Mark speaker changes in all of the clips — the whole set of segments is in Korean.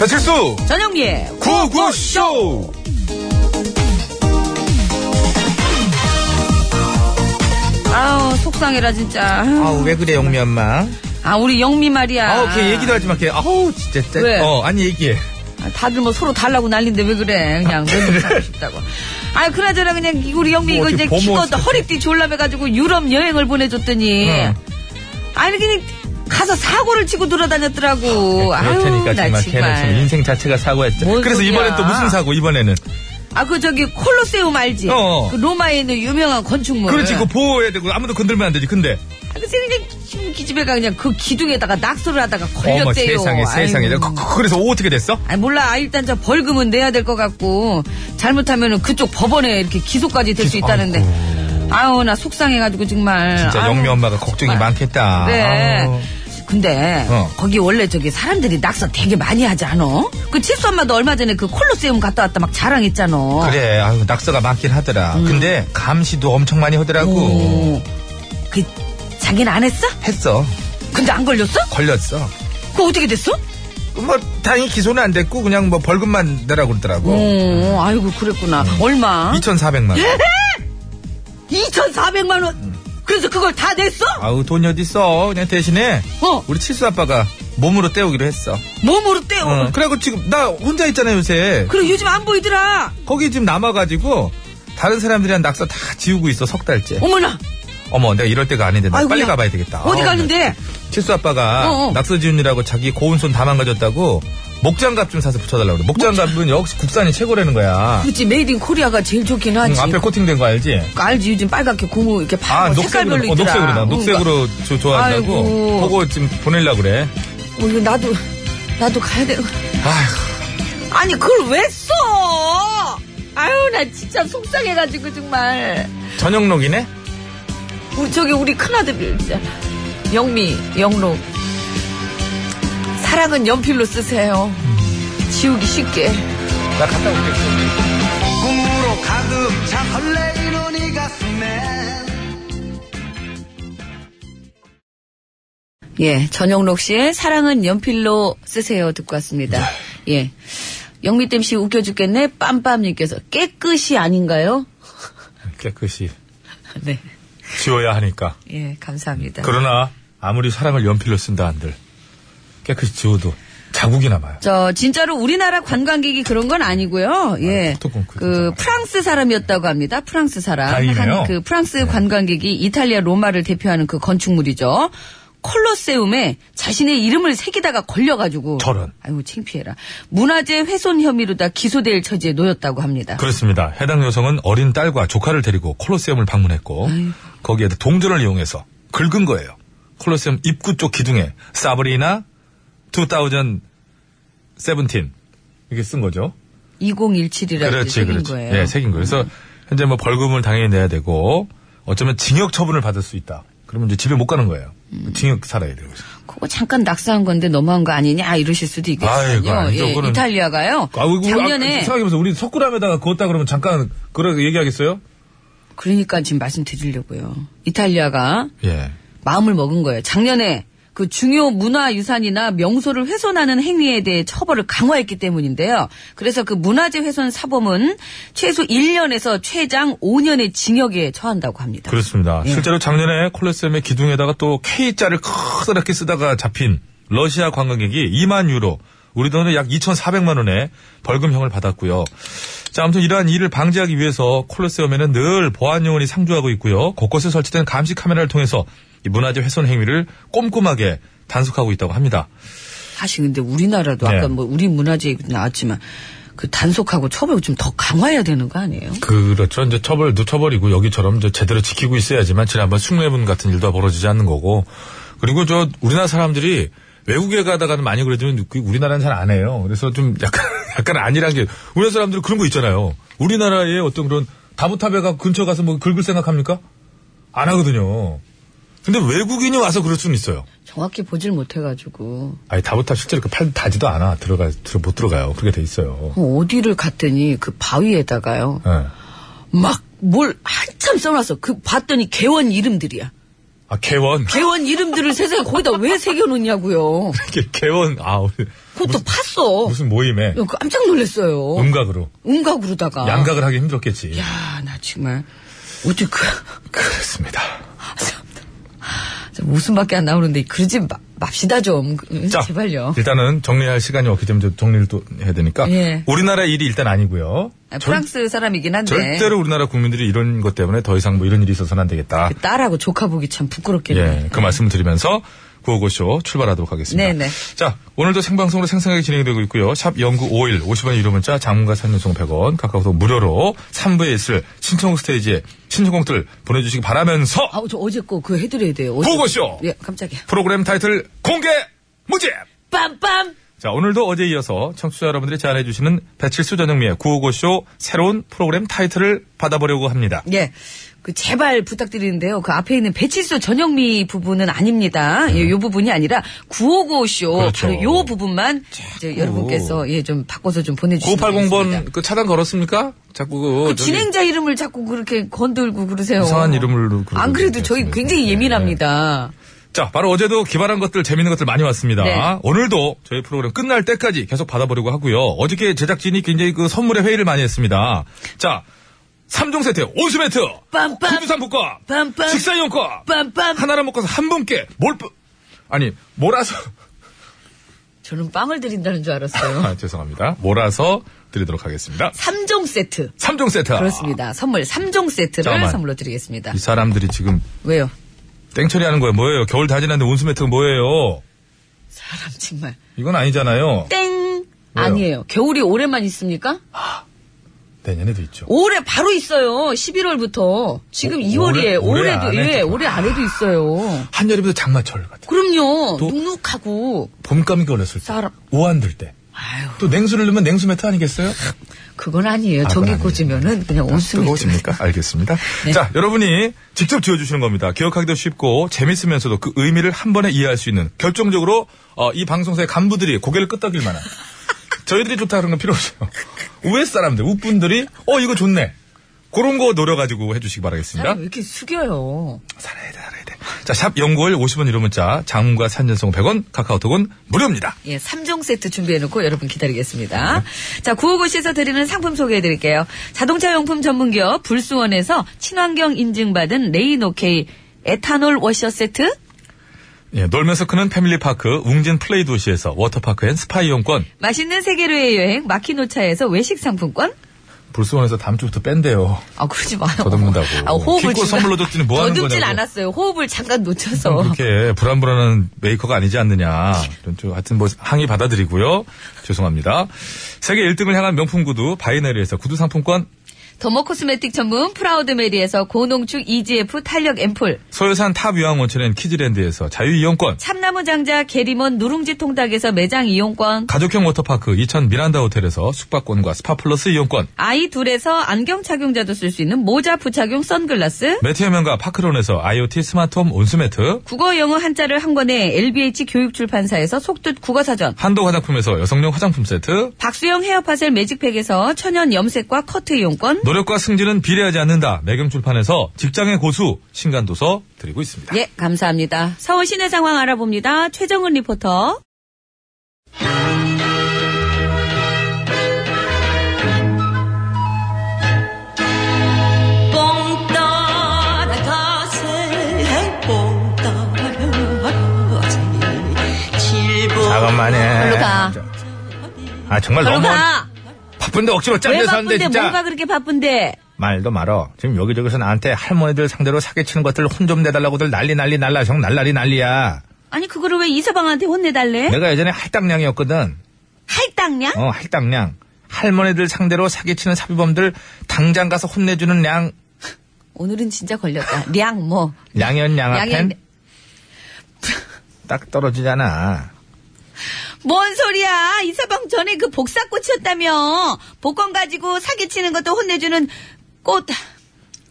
Speaker 1: 배칠수
Speaker 2: 전영미의
Speaker 1: 구구쇼
Speaker 2: 아우 속상해라 진짜 아유.
Speaker 1: 아우 왜 그래 영미 엄마
Speaker 2: 아 우리 영미 말이야
Speaker 1: 아우 걔 얘기도 하지 마걔 아우 진짜 짜-
Speaker 2: 왜?
Speaker 1: 어 아니 얘기해
Speaker 2: 아, 다들 뭐 서로 달라고 난린데 왜 그래 그냥 너무 사고 싶다고 아 그나저나 그냥 우리 영미
Speaker 1: 뭐
Speaker 2: 이거
Speaker 1: 네.
Speaker 2: 이제
Speaker 1: 어떻게 보모
Speaker 2: 기껏
Speaker 1: 스태프.
Speaker 2: 허리띠 졸라매가지고 유럽 여행을 보내줬더니
Speaker 1: 응.
Speaker 2: 아니 그냥 가서 사고를 치고 돌아다녔더라고
Speaker 1: 예, 그럴
Speaker 2: 뭐, 아유
Speaker 1: 어, 네, 테니까 정말
Speaker 2: 나
Speaker 1: 걔는 지금
Speaker 2: 정말
Speaker 1: 인생 자체가 사고였죠
Speaker 2: 뭔
Speaker 1: 그래서
Speaker 2: 소리야.
Speaker 1: 이번엔 또 무슨 사고 이번에는
Speaker 2: 아 그 저기 콜로세움 알지
Speaker 1: 어.
Speaker 2: 그 로마에 있는 유명한 건축물
Speaker 1: 그렇지 그거 보호해야 되고 아무도 건들면 안 되지 근데
Speaker 2: 아, 그래서 그냥 기집애가 그냥 그 기둥에다가 낙서를 하다가
Speaker 1: 어머 뭐
Speaker 2: 걸렸대요
Speaker 1: 세상에 세상에
Speaker 2: 아이고.
Speaker 1: 그, 그- 그래서 어떻게 됐어?
Speaker 2: 아니 몰라 아, 일단 저 벌금은 내야 될 것 같고 잘못하면은 그쪽 법원에 이렇게 기소까지 될 수 있다는데 아우 나 속상해가지고 정말
Speaker 1: 진짜
Speaker 2: 아유,
Speaker 1: 영미 엄마가 걱정이
Speaker 2: 정말. 네.
Speaker 1: 많겠다
Speaker 2: 그래
Speaker 1: 아우.
Speaker 2: 근데
Speaker 1: 어.
Speaker 2: 거기 원래 저기 사람들이 낙서 되게 많이 하지 않어? 그 칠수 엄마도 얼마 전에 그 콜로세움 갔다 왔다 막 자랑했잖아
Speaker 1: 그래 아유, 낙서가 많긴 하더라 근데 감시도 엄청 많이 하더라고
Speaker 2: 음. 오, 그 자기는 안 했어?
Speaker 1: 했어
Speaker 2: 근데 안 걸렸어?
Speaker 1: 걸렸어
Speaker 2: 그거 어떻게 됐어?
Speaker 1: 뭐 다행히 기소는 안 됐고 그냥 뭐 벌금만 내라고 그러더라고
Speaker 2: 오, 어, 아이고 그랬구나
Speaker 1: 음.
Speaker 2: 얼마?
Speaker 1: 2,400만
Speaker 2: 예?
Speaker 1: 원
Speaker 2: 2,400만 원
Speaker 1: 음.
Speaker 2: 그래서 그걸 다 냈어?
Speaker 1: 아우 돈이 어딨어 그냥 대신에
Speaker 2: 어.
Speaker 1: 우리 칠수 아빠가 몸으로 때우기로 했어
Speaker 2: 몸으로 떼어
Speaker 1: 어, 그래고 지금 나 혼자 있잖아 요새
Speaker 2: 그리고 요즘 안 보이더라.
Speaker 1: 거기 지금 남아가지고 다른 사람들이랑 낙서 다 지우고 있어 석 달째
Speaker 2: 어머나.
Speaker 1: 어머 내가 이럴 때가 아닌데 나
Speaker 2: 아이고야.
Speaker 1: 빨리 가봐야 되겠다
Speaker 2: 어디
Speaker 1: 아우, 네.
Speaker 2: 가는데?
Speaker 1: 나 칠수 아빠가
Speaker 2: 어, 어.
Speaker 1: 낙서 지우느라고 자기 고운손 다 망가졌다고 목장갑 좀 사서 붙여달라고 그래 목장갑은 역시 국산이 최고라는 거야
Speaker 2: 그치, 메이드 인 코리아가 제일 좋긴
Speaker 1: 응,
Speaker 2: 하지. 그
Speaker 1: 앞에 코팅된 거 알지?
Speaker 2: 알지, 요즘 빨갛게 고무 이렇게 파고
Speaker 1: 아,
Speaker 2: 뭐 색깔별로
Speaker 1: 녹색으로, 어, 녹색으로, 나,
Speaker 2: 있더라.
Speaker 1: 녹색으로 저- 좋아한다고.
Speaker 2: 아이고.
Speaker 1: 그거 지금 보내려고 그래.
Speaker 2: 어, 이거 나도, 나도 가야 돼.
Speaker 1: 아휴,
Speaker 2: 아니, 그걸 왜 써? 아유, 나 진짜 속상해가지고, 정말.
Speaker 1: 전영록이네?
Speaker 2: 우리, 저기, 우리 큰아들, 진짜. 영미, 영록. 사랑은 연필로 쓰세요. 지우기 쉽게.
Speaker 1: 나 갔다 올게.
Speaker 3: 꿈으로 가득 차 설레이는 이 가슴에
Speaker 2: 예, 전영록 씨의 사랑은 연필로 쓰세요 듣고 왔습니다. 예. 영미땜 씨 웃겨 죽겠네. 빰빰님께서 깨끗이 아닌가요?
Speaker 1: 깨끗이
Speaker 2: 네.
Speaker 1: 지워야 하니까.
Speaker 2: 예, 감사합니다.
Speaker 1: 그러나 아무리 사랑을 연필로 쓴다 한들 깨끗이 지워도 자국이 남아요.
Speaker 2: 저 진짜로 우리나라 관광객이 그런 건 아니고요. 예.
Speaker 1: 또 끊고
Speaker 2: 그
Speaker 1: 있었잖아.
Speaker 2: 프랑스 사람이었다고 합니다. 프랑스 사람.
Speaker 1: 다행이네요.
Speaker 2: 한 그 프랑스 관광객이 이탈리아 로마를 대표하는 그 건축물이죠. 콜로세움에 자신의 이름을 새기다가 걸려가지고
Speaker 1: 저런.
Speaker 2: 아이고 창피해라 문화재 훼손 혐의로다 기소될 처지에 놓였다고 합니다.
Speaker 1: 그렇습니다. 해당 여성은 어린 딸과 조카를 데리고 콜로세움을 방문했고 거기에 동전을 이용해서 긁은 거예요. 콜로세움 입구 쪽 기둥에 사브리나 2017 이렇게 쓴 거죠.
Speaker 2: 2017이라고
Speaker 1: 그렇지,
Speaker 2: 생긴
Speaker 1: 그렇지.
Speaker 2: 거예요.
Speaker 1: 예, 새긴 거예요. 그래서 현재 뭐 벌금을 당연히 내야 되고 어쩌면 징역 처분을 받을 수 있다. 그러면 이제 집에 못 가는 거예요.
Speaker 2: 음.
Speaker 1: 징역 살아야 돼요. 그래서.
Speaker 2: 그거 잠깐 낙서한 건데 너무한 거 아니냐 이러실 수도
Speaker 1: 아이고,
Speaker 2: 있겠거든요.
Speaker 1: 아니죠.
Speaker 2: 예,
Speaker 1: 그거는-
Speaker 2: 이탈리아요.
Speaker 1: 아, 우리- 우리 아까
Speaker 2: 작년에
Speaker 1: 생각해보세요. 우리 석굴암에다가 그었다 그러면 잠깐 그러 얘기하겠어요?
Speaker 2: 그러니까 지금 말씀드리려고요. 이탈리아가
Speaker 1: 예.
Speaker 2: 마음을 먹은 거예요. 작년에 그 중요 문화유산이나 명소를 훼손하는 행위에 대해 처벌을 강화했기 때문인데요. 그래서 그 문화재 훼손 사범은 최소 1년에서 최장 5년의 징역에 처한다고 합니다.
Speaker 1: 그렇습니다.
Speaker 2: 예.
Speaker 1: 실제로 작년에 콜로세움의 기둥에다가 또 K자를 커다랗게 쓰다가 잡힌 러시아 관광객이 2만 유로, 우리 돈으로 약 2,400만 원의 벌금형을 받았고요. 자, 아무튼 이러한 일을 방지하기 위해서 콜로세움에는 늘 보안 요원이 상주하고 있고요. 곳곳에 설치된 감시 카메라를 통해서 이 문화재 훼손 행위를 꼼꼼하게 단속하고 있다고 합니다.
Speaker 2: 사실 근데 우리나라도
Speaker 1: 네.
Speaker 2: 아까 뭐 우리 문화재 얘기도 나왔지만 그 단속하고 처벌을 좀 더 강화해야 되는 거 아니에요?
Speaker 1: 그렇죠. 이제 처벌, 누처벌이고 여기처럼 이제 제대로 지키고 있어야지만 지난번 숭례문 같은 일도 벌어지지 않는 거고. 그리고 저 우리나라 사람들이 외국에 가다가는 많이 그러지만 그 우리나라는 잘 안 해요. 그래서 좀 약간, 약간 아니란 게 우리나라 사람들은 그런 거 있잖아요. 우리나라의 어떤 그런 다부탑에가 근처 가서 뭐 긁을 생각합니까? 안 하거든요. 근데 외국인이 와서 그럴 수는 있어요.
Speaker 2: 정확히 보질 못해가지고
Speaker 1: 아니, 다부탑 실제로 그 팔 다지도 않아. 들어가, 들어, 못 들어가요. 그렇게 돼 있어요.
Speaker 2: 그럼 어디를 갔더니 그 바위에다가요
Speaker 1: 예.
Speaker 2: 막 뭘 한참 써놨어 그 봤더니 개원 이름들이야
Speaker 1: 아, 개원.
Speaker 2: 개원 이름들을 세상에 거기다 왜 새겨놓냐고요.
Speaker 1: 이렇게 개원, 아, 우리
Speaker 2: 그것도 팠어.
Speaker 1: 무슨 모임에
Speaker 2: 야, 깜짝 놀랐어요.
Speaker 1: 음각으로.
Speaker 2: 음각으로다가.
Speaker 1: 양각을 하기 힘들었겠지.
Speaker 2: 야, 나 정말. 어째 그,
Speaker 1: 그렇습니다.
Speaker 2: 저 웃음밖에 안 나오는데 그러지 마- 맙시다 좀. 음,
Speaker 1: 자,
Speaker 2: 제발요.
Speaker 1: 일단은 정리할 시간이 없기 때문에 좀 정리를 또 해야 되니까.
Speaker 2: 예.
Speaker 1: 우리나라 일이 일단 아니고요.
Speaker 2: 아,
Speaker 1: 절-
Speaker 2: 프랑스 네. 사람이긴 한데.
Speaker 1: 절대로 우리나라 국민들이 이런 것 때문에 더 이상 뭐 이런 일이 있어서는 안 되겠다.
Speaker 2: 그 딸하고 조카 보기 참 부끄럽겠네.
Speaker 1: 예, 그 말씀을 드리면서 구호고쇼 출발하도록 하겠습니다.
Speaker 2: 네네.
Speaker 1: 자, 오늘도 생방송으로 생생하게 진행되고 있고요. 샵 0951, 50원의 유료 문자, 장문과 산윤송 100원, 카카오톡 무료로 3부에 있을 신청 스테이지에 신청곡들 보내주시기 바라면서
Speaker 2: 아우, 저 어제 거 그거 해드려야 돼요. 어제
Speaker 1: 구호고쇼
Speaker 2: 예, 깜짝이야.
Speaker 1: 프로그램 타이틀 공개 무집!
Speaker 2: 빰빰!
Speaker 1: 자, 오늘도 어제 이어서 청취자 여러분들이 제안해주시는 배칠수 전영미의 구호고쇼 새로운 프로그램 타이틀을 받아보려고 합니다.
Speaker 2: 예. 그 제발 부탁드리는데요. 그 앞에 있는 배치수 전영미 부분은 아닙니다. 예, 요 부분이 아니라 955쇼
Speaker 1: 그렇죠.
Speaker 2: 바로 요 부분만 이제 여러분께서 예 좀 바꿔서 좀 보내주시면 되겠습니다.
Speaker 1: 9580번 그 차단 걸었습니까? 자꾸
Speaker 2: 그
Speaker 1: 저기-
Speaker 2: 진행자 이름을 자꾸 그렇게 건들고 그러세요.
Speaker 1: 이상한 이름으로 그러고
Speaker 2: 안 그래도 저희
Speaker 1: 그랬습니다. 예,
Speaker 2: 굉장히 예민합니다.
Speaker 1: 자, 바로 어제도 기발한 것들, 재밌는 것들 많이 왔습니다.
Speaker 2: 네.
Speaker 1: 오늘도 저희 프로그램 끝날 때까지 계속 받아보려고 하고요. 어저께 제작진이 굉장히 그 선물의 회의를 많이 했습니다. 자, 3종 세트, 온수매트,
Speaker 2: 빰빰!
Speaker 1: 구두산 복과,
Speaker 2: 빰빰!
Speaker 1: 식사이용과,
Speaker 2: 빰빰!
Speaker 1: 하나를 먹고서 한 분께 몰, 뿌- 아니, 몰아서,
Speaker 2: 저는 빵을 드린다는 줄 알았어요.
Speaker 1: 아, 죄송합니다. 몰아서 드리도록 하겠습니다.
Speaker 2: 3종 세트.
Speaker 1: 3종 세트.
Speaker 2: 그렇습니다. 선물 3종 세트를
Speaker 1: 아. 잠깐만.
Speaker 2: 선물로 드리겠습니다.
Speaker 1: 이 사람들이 지금
Speaker 2: 왜요?
Speaker 1: 땡처리 하는 거예요. 뭐예요? 겨울 다 지났는데 온수매트가 뭐예요?
Speaker 2: 사람 정말.
Speaker 1: 이건 아니잖아요.
Speaker 2: 땡! 아니에요. 겨울이 올해만 있습니까?
Speaker 1: 내년에도 있죠.
Speaker 2: 올해 바로 있어요. 11월부터. 지금
Speaker 1: 오-
Speaker 2: 2월이에요.
Speaker 1: 올해- 올해
Speaker 2: 올해도,
Speaker 1: 안에
Speaker 2: 예,
Speaker 1: 있구나.
Speaker 2: 올해 안에도 있어요.
Speaker 1: 한여름에도 장마철 같은.
Speaker 2: 그럼요.
Speaker 1: 또-
Speaker 2: 눅눅하고.
Speaker 1: 봄 감기 걸렸을 때,
Speaker 2: 사람-
Speaker 1: 우한 들 때,
Speaker 2: 아유,
Speaker 1: 또 냉수를 넣으면 냉수 매트 아니겠어요?
Speaker 2: 그건 아니에요.
Speaker 1: 그건
Speaker 2: 저기
Speaker 1: 아니에요.
Speaker 2: 꽂으면은 그냥 온수이
Speaker 1: 뜨거우십니까? 알겠습니다.
Speaker 2: 네.
Speaker 1: 자, 여러분이 직접 지어주시는 겁니다. 기억하기도 쉽고 재밌으면서도 그 의미를 한 번에 이해할 수 있는 결정적으로 어, 이 방송사의 간부들이 고개를 끄덕일 만한 저희들이 좋다 그런 건 필요 없어요. 우회 사람들, 웃분들이 어 이거 좋네. 그런 거 노려가지고 해주시기 바라겠습니다.
Speaker 2: 사람 왜 이렇게 숙여요?
Speaker 1: 살아야 돼, 살아야 돼. 자, 샵 연구월 50원 유료 문자, 장문과 산전송 100원, 카카오톡은 무료입니다.
Speaker 2: 예, 3종 세트 준비해놓고 여러분 기다리겠습니다. 자, 구호고시에서 드리는 상품 소개해드릴게요. 자동차 용품 전문기업 불수원에서 친환경 인증받은 레이노케이 에탄올 워셔 세트,
Speaker 1: 예, 놀면서 크는 패밀리파크 웅진 플레이 도시에서 워터파크 앤 스파 이용권
Speaker 2: 맛있는 세계로의 여행 마키노차에서 외식 상품권,
Speaker 1: 불수원에서 다음 주부터 뺀대요.
Speaker 2: 아, 그러지 마요.
Speaker 1: 더듬는다고.
Speaker 2: 아, 호흡을.
Speaker 1: 기껏 선물로 줬더니 뭐 하는
Speaker 2: 더듬진
Speaker 1: 거냐고. 음.
Speaker 2: 않았어요. 호흡을 잠깐 놓쳐서.
Speaker 1: 그렇게 불안불안한 메이커가 아니지 않느냐. 이런 쪽 하여튼 뭐 항의 받아들이고요. 죄송합니다. 세계 1등을 향한 명품 구두 바이네리에서 구두 상품권
Speaker 2: 더머 코스메틱 전문 프라우드메리에서 고농축 EGF 탄력 앰플.
Speaker 1: 소요산 탑 유황 온천엔 키즈랜드에서 자유 이용권
Speaker 2: 참나무 장자 게리몬 누룽지 통닭에서 매장 이용권.
Speaker 1: 가족형 워터파크 이천 미란다 호텔에서 숙박권과 스파 플러스 이용권
Speaker 2: 아이 둘에서 안경 착용자도 쓸 수 있는 모자 부착용 선글라스.
Speaker 1: 매트의 명가 파크론에서 IoT 스마트홈 온수매트
Speaker 2: 국어 영어 한자를 한 권에 LBH 교육출판사에서 속뜻 국어사전.
Speaker 1: 한도 화장품에서 여성용 화장품 세트
Speaker 2: 박수영 헤어파셀 매직팩에서 천연 염색과 커트 이용권.
Speaker 1: 노력과 승진은 비례하지 않는다. 매경출판에서 직장의 고수 신간도서 드리고 있습니다.
Speaker 2: 예, 감사합니다. 서울 시내 상황 알아봅니다. 최정은 리포터.
Speaker 4: 봄 따라가세 봄 따라가세 칠보
Speaker 1: 잠깐만해.
Speaker 2: 걸로 가.
Speaker 1: 아 정말
Speaker 2: 걸로
Speaker 1: 너무
Speaker 2: 가.
Speaker 1: 바쁜데 억지로 짠
Speaker 2: 왜
Speaker 1: 데서 한데
Speaker 2: 바쁜데
Speaker 1: 진짜
Speaker 2: 뭐가 그렇게 바쁜데?
Speaker 1: 말도 말어. 지금 여기저기서 나한테 할머니들 상대로 사기치는 것들 혼 좀 내달라고들 난리 난리 날라 정 날라리 난리야.
Speaker 2: 아니 그거를 왜 이서방한테 혼내달래?
Speaker 1: 내가 예전에 할당량이었거든.
Speaker 2: 할당량?
Speaker 1: 네. 어 할당량. 할머니들 상대로 사기치는 사비범들 당장 가서 혼내주는 양
Speaker 2: 오늘은 진짜 걸렸다. 량 뭐.
Speaker 1: 양현
Speaker 2: 양현-
Speaker 1: 양아펜 딱 떨어지잖아.
Speaker 2: 뭔 소리야? 이서방 전에 그 복사꽃이었다며. 복권 가지고 사기치는 것도 혼내주는 꽃.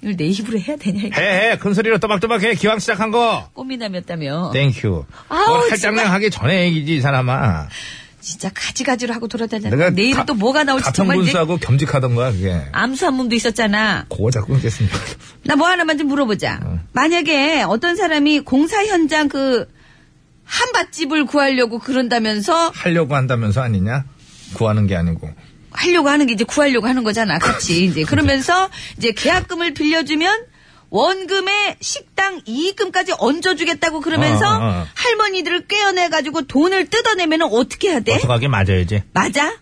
Speaker 2: 이걸 내 입으로 해야 되냐? 이거.
Speaker 1: 해해 큰 소리로 또박또박해 기왕 시작한 거. 네.
Speaker 2: 꽃미남이었다며.
Speaker 1: 땡큐.
Speaker 2: 아우,
Speaker 1: 뭘 할당량 하기 전에 얘기지, 이 사람아.
Speaker 2: 진짜 가지가지로 하고
Speaker 1: 내가
Speaker 2: 돌아다녔는데 내일은
Speaker 1: 가-
Speaker 2: 또 뭐가 나올지 정말 이제
Speaker 1: 가평군수하고 겸직하던 거야 그게.
Speaker 2: 암수한 몸도 있었잖아.
Speaker 1: 그거 자꾸 끊겠습니다.
Speaker 2: 나 뭐 하나만 좀 물어보자. 만약에 어떤 사람이 공사 현장 그 한밭집을 구하려고 그런다면서
Speaker 1: 하려고 한다면서 아니냐? 구하는 게 아니고.
Speaker 2: 하려고 하는 게 이제 구하려고 하는 거잖아. 그렇지. 이제 그러면서 이제 계약금을 빌려주면 원금에 식당 이익금까지 얹어주겠다고 그러면서
Speaker 1: 어, 어, 어.
Speaker 2: 할머니들을 꿰어내가지고 돈을 뜯어내면 어떻게 해야 돼?
Speaker 1: 어서가게 맞아야지.
Speaker 2: 맞아?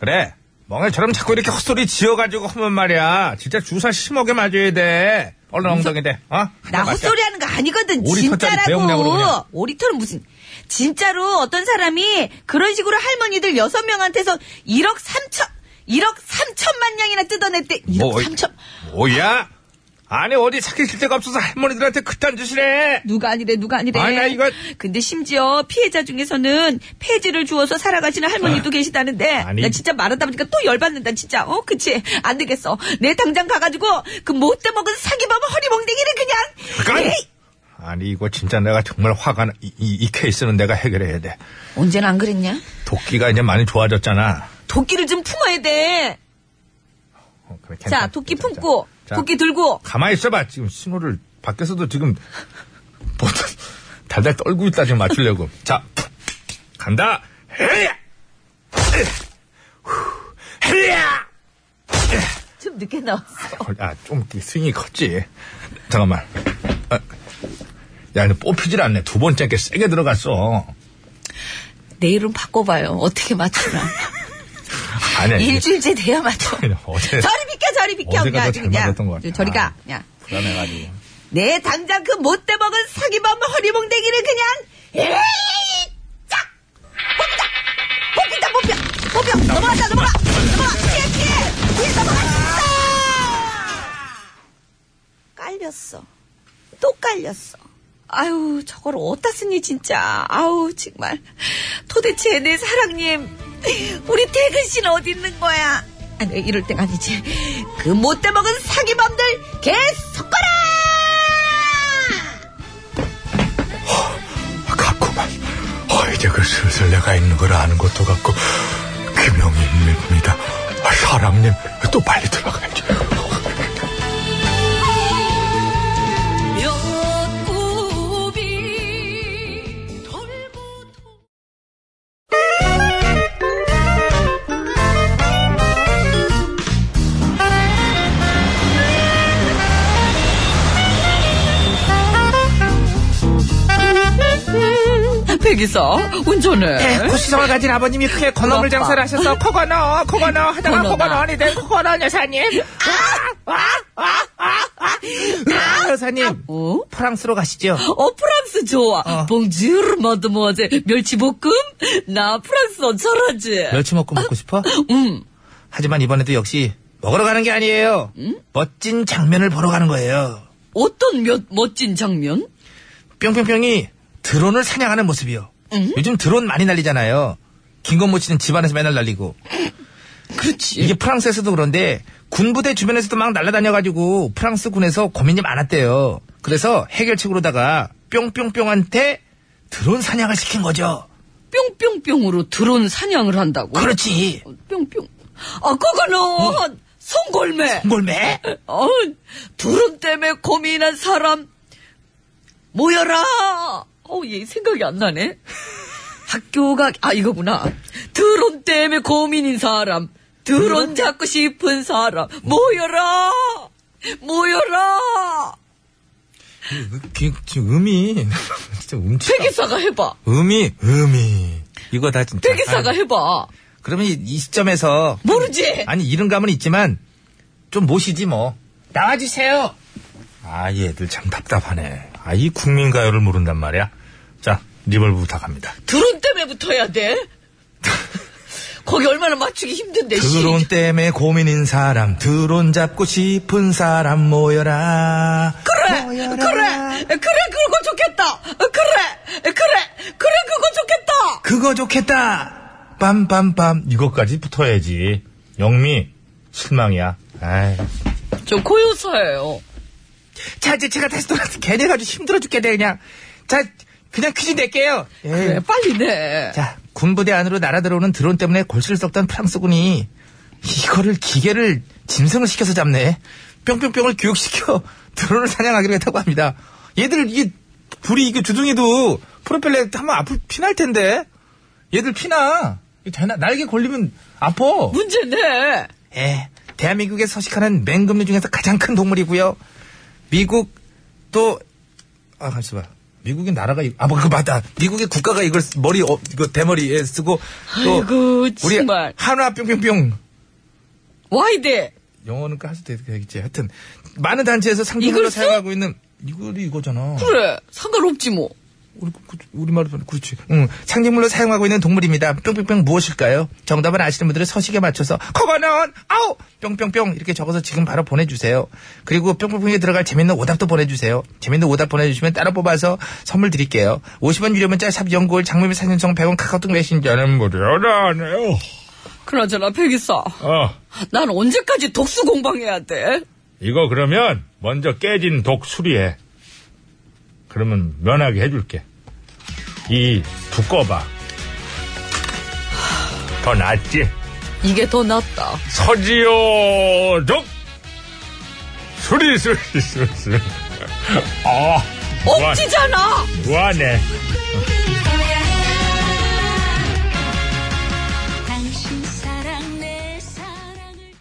Speaker 1: 그래. 멍해처럼 자꾸 이렇게 헛소리 지어가지고 하면 말이야. 진짜 주사 심하게 맞아야 돼. 얼른 엉덩이 대. 어?
Speaker 2: 나
Speaker 1: 맞자.
Speaker 2: 헛소리 하는 거 아니거든.
Speaker 1: 오리터짜리 대용량으로 그냥.
Speaker 2: 진짜라고. 오리터는 무슨. 진짜로 어떤 사람이 그런 식으로 할머니들 여섯 명한테서 1억 3천, 1억 3천만 냥이나 뜯어냈대. 1억
Speaker 1: 뭐,
Speaker 2: 3천.
Speaker 1: 뭐야? 아니 어디 착해질 데가 없어서 할머니들한테 그딴 짓을 해.
Speaker 2: 누가 아니래, 누가 아니래.
Speaker 1: 아, 나 이거-
Speaker 2: 근데 심지어 피해자 중에서는 폐지를 주어서 살아가시는 할머니도 계시다는데.
Speaker 1: 아니.
Speaker 2: 나 진짜 말하다 보니까 또 열받는다, 진짜. 어, 그치. 안 되겠어. 내 당장 가가지고 그 못돼 먹은 사기범 허리몽댕이를 그냥.
Speaker 1: 그러니까
Speaker 2: 에이!
Speaker 1: 아니 이거 진짜 내가 정말 화가 나. 이, 이, 이 케이스는 내가 해결해야 돼.
Speaker 2: 언제나 안 그랬냐?
Speaker 1: 도끼가 이제 많이 좋아졌잖아.
Speaker 2: 도끼를 좀 품어야 돼.
Speaker 1: 어, 그래,
Speaker 2: 자,
Speaker 1: 괜찮다.
Speaker 2: 도끼
Speaker 1: 괜찮다.
Speaker 2: 품고,
Speaker 1: 자,
Speaker 2: 도끼 들고.
Speaker 1: 가만히 있어봐. 지금 신호를 밖에서도 지금 뭐, 달달 떨고 있다 지금 맞추려고. 자 간다. 헤야. 헤야.
Speaker 2: 좀 늦게 나왔어.
Speaker 1: 아좀 스윙이 컸지. 잠깐만. 아, 야, 근데 뽑히질 않네. 두 번째 게 세게 들어갔어.
Speaker 2: 내일은 바꿔봐요. 어떻게 맞추나.
Speaker 1: 아니야. 네, 이게
Speaker 2: 일주일째 돼야 맞춰.
Speaker 1: 그냥
Speaker 2: 저리
Speaker 1: 어제 어제가
Speaker 2: 비켜, 저리 비켜. 그냥
Speaker 1: 더잘
Speaker 2: 아주 그냥.
Speaker 1: 맞았던 것 같아.
Speaker 2: 저리 가.
Speaker 1: 아.
Speaker 2: 야.
Speaker 1: 불안해가지고.
Speaker 2: 내 당장 그 못돼 먹은 사기범 허리몽댕이를 그냥. 에이! 짝! 뽑힌다! 뽑힌다, 뽑혀! 뽑혀! 넘어갔다, 넘어가! 넘어가! 피해, 피해! 피해, 넘어갔다! 아! 깔렸어. 또 깔렸어. 아유, 저걸 어디다 쓰니, 진짜. 아우, 정말. 도대체 내 사랑님, 우리 태근 씨는 어디 있는 거야? 아니, 이럴 땐 아니지. 그 못돼 먹은 사기범들 개 섞어라!
Speaker 5: 아, 같구만. 어, 이제 그 슬슬 내가 있는 걸 아는 것도 같고, 김영희입니다. 아, 사람님, 또 빨리 들어가야지.
Speaker 6: 몇굽이 돌고 돌고
Speaker 2: 백이사,
Speaker 1: 네.
Speaker 2: 운전해.
Speaker 1: 고시성을 가진 아버님이 크게 건어물
Speaker 2: 네. 고맙다.
Speaker 1: 장사를 하셔서 코건어 코건어 하다가
Speaker 2: 건어다. 아!
Speaker 1: 코건어니 된 코건어 여사님 아, 여사님
Speaker 2: 어?
Speaker 1: 프랑스로 가시죠
Speaker 2: 어, 프랑스 좋아. 봉주르, 마드모아제, 멸치볶음? 나 프랑스어 잘하지? 음.
Speaker 1: 멸치먹고 먹고 싶어? 하지만 이번에도 역시 먹으러 가는 게 아니에요 멋진 장면을 보러 가는 거예요
Speaker 2: 어떤 몇, 멋진 장면?
Speaker 1: 뿅뿅뿅이 드론을 사냥하는 모습이요. 요즘 드론 많이 날리잖아요. 김건모 씨는 집안에서 맨날 날리고.
Speaker 2: 그렇지.
Speaker 1: 이게 프랑스에서도 그런데 군부대 주변에서도 막 날아다녀가지고 프랑스 군에서 고민이 많았대요. 그래서 해결책으로다가 뿅뿅뿅한테 드론 사냥을 시킨 거죠.
Speaker 2: 뿅뿅뿅으로 드론 사냥을 한다고?
Speaker 1: 뭐?
Speaker 2: 어,
Speaker 1: 그렇지.
Speaker 2: 뿅뿅. 아, 그거는 송골매.
Speaker 1: 골매?
Speaker 2: 어, 두름 때문에 고민한 사람 모여라. 어, 얘 생각이 안 나네. 학교가 아 이거구나. 드론 때문에 고민인 사람, 드론 잡고 싶은 사람 모여라. 모여라.
Speaker 1: 그 지금 음이 진짜 움치.
Speaker 2: 대기사가 해봐.
Speaker 1: 음이 음이 이거 다 진짜.
Speaker 2: 대기사가
Speaker 1: 아니,
Speaker 2: 해봐.
Speaker 1: 그러면 이, 이 시점에서
Speaker 2: 모르지.
Speaker 1: 아니 이런 감은 있지만 좀 모시지 뭐. 나와주세요.
Speaker 5: 아, 얘들 참 답답하네. 아, 이 국민가요를 모른단 말이야. 자, 리벌브 부탁합니다.
Speaker 2: 드론 때문에 붙어야 돼. 거기 얼마나 맞추기 힘든데. 씨.
Speaker 1: 그 드론 때문에 고민인 사람, 드론 잡고 싶은 사람 어, 모여라.
Speaker 2: 그래, 그래, 그래, 그거 좋겠다. 그래, 그래, 그래, 그거 좋겠다.
Speaker 1: 그거 좋겠다. 빰빰빰.
Speaker 5: 이것까지 붙어야지. 영미, 실망이야. 아이.
Speaker 2: 저 고요사예요.
Speaker 1: 자, 이제 제가 다시 돌아서 괜히 가지고 힘들어 죽겠네, 그냥. 자, 그냥 퀴즈 낼게요. 예.
Speaker 2: 그래, 빨리 내.
Speaker 1: 자, 군부대 안으로 날아 들어오는 드론 때문에 골치를 썩던 프랑스군이 이거를 기계를 짐승을 시켜서 잡네. 뿅뿅뿅을 교육시켜 드론을 사냥하기로 했다고 합니다. 얘들 이게 불이 이게 주둥이도 프로펠러 한번 앞을 피날 텐데 얘들 피나 이거 되나? 날개 걸리면 아파.
Speaker 2: 문제네.
Speaker 1: 예, 대한민국에 서식하는 맹금류 중에서 가장 큰 동물이고요. 미국 또 아, 잠시만. 미국의 나라가 이- 아, 뭐, 그거 맞다. 미국의 국가가 이걸 쓰- 머리 어, 이거 대머리에 쓰고 또
Speaker 2: 아이고,
Speaker 1: 우리
Speaker 2: 정말.
Speaker 1: 한화 뿅뿅뿅
Speaker 2: 와이대.
Speaker 1: 영어는 까서 되겠지. 하여튼 많은 단체에서 상징으로
Speaker 2: 이걸 써?
Speaker 1: 사용하고 있는 이거리 이거잖아.
Speaker 2: 그래. 상관없지 뭐.
Speaker 1: 우리, 말로 그렇지. 응. 상징물로 사용하고 있는 동물입니다. 뿅뿅뿅 무엇일까요? 정답을 아시는 분들은 서식에 맞춰서 커버넌 아우 뿅뿅뿅 이렇게 적어서 지금 바로 보내주세요. 그리고 뿅뿅뿅에 들어갈 재밌는 오답도 보내주세요. 재밌는 오답 보내주시면 따로 뽑아서 선물 드릴게요. 50원 유료 문자 샵 연골 장미비 사진성 100원 카카오톡 메신저는
Speaker 7: 뭐,
Speaker 1: 무료라네요.
Speaker 2: 그나저나 백이사.
Speaker 7: 어,
Speaker 2: 난 언제까지 독수 공방해야 돼?
Speaker 7: 이거 그러면 먼저 깨진 독 수리해. 그러면 면하게 해줄게. 이 두꺼봐. 더 낫지?
Speaker 2: 이게 더 낫다.
Speaker 7: 서지요 독 수리 수리 수리 수리. 아, 무한-
Speaker 2: 억지잖아.
Speaker 7: 무한해.
Speaker 8: 당신 사랑 내 사랑을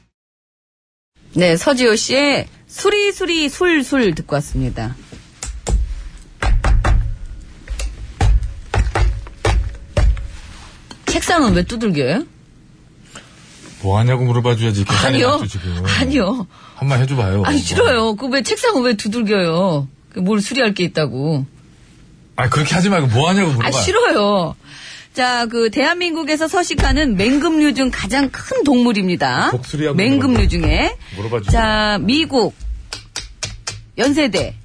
Speaker 2: 네, 서지호 씨의 수리수리 술술 듣고 왔습니다. 책상은 왜
Speaker 7: 네,
Speaker 2: 두들겨요?
Speaker 7: 뭐 하냐고 물어봐줘야지. 괜찮아요,
Speaker 2: 아니요.
Speaker 7: 또 지금. 뭐,
Speaker 2: 아니요.
Speaker 7: 한번 해줘봐요. 뭐.
Speaker 2: 아니, 싫어요. 그 왜 책상은 왜 두들겨요? 그뭘 수리할 게 있다고.
Speaker 7: 아 그렇게 하지 말고 뭐 하냐고 물어봐.
Speaker 2: 아, 싫어요. 자, 그, 대한민국에서 서식하는 맹금류 중 가장 큰 동물입니다.
Speaker 7: 독수리하고
Speaker 2: 맹금류
Speaker 7: 아, 물어봐.
Speaker 2: 중에.
Speaker 7: 물어봐 주세요.
Speaker 2: 자, 미국, 연세대,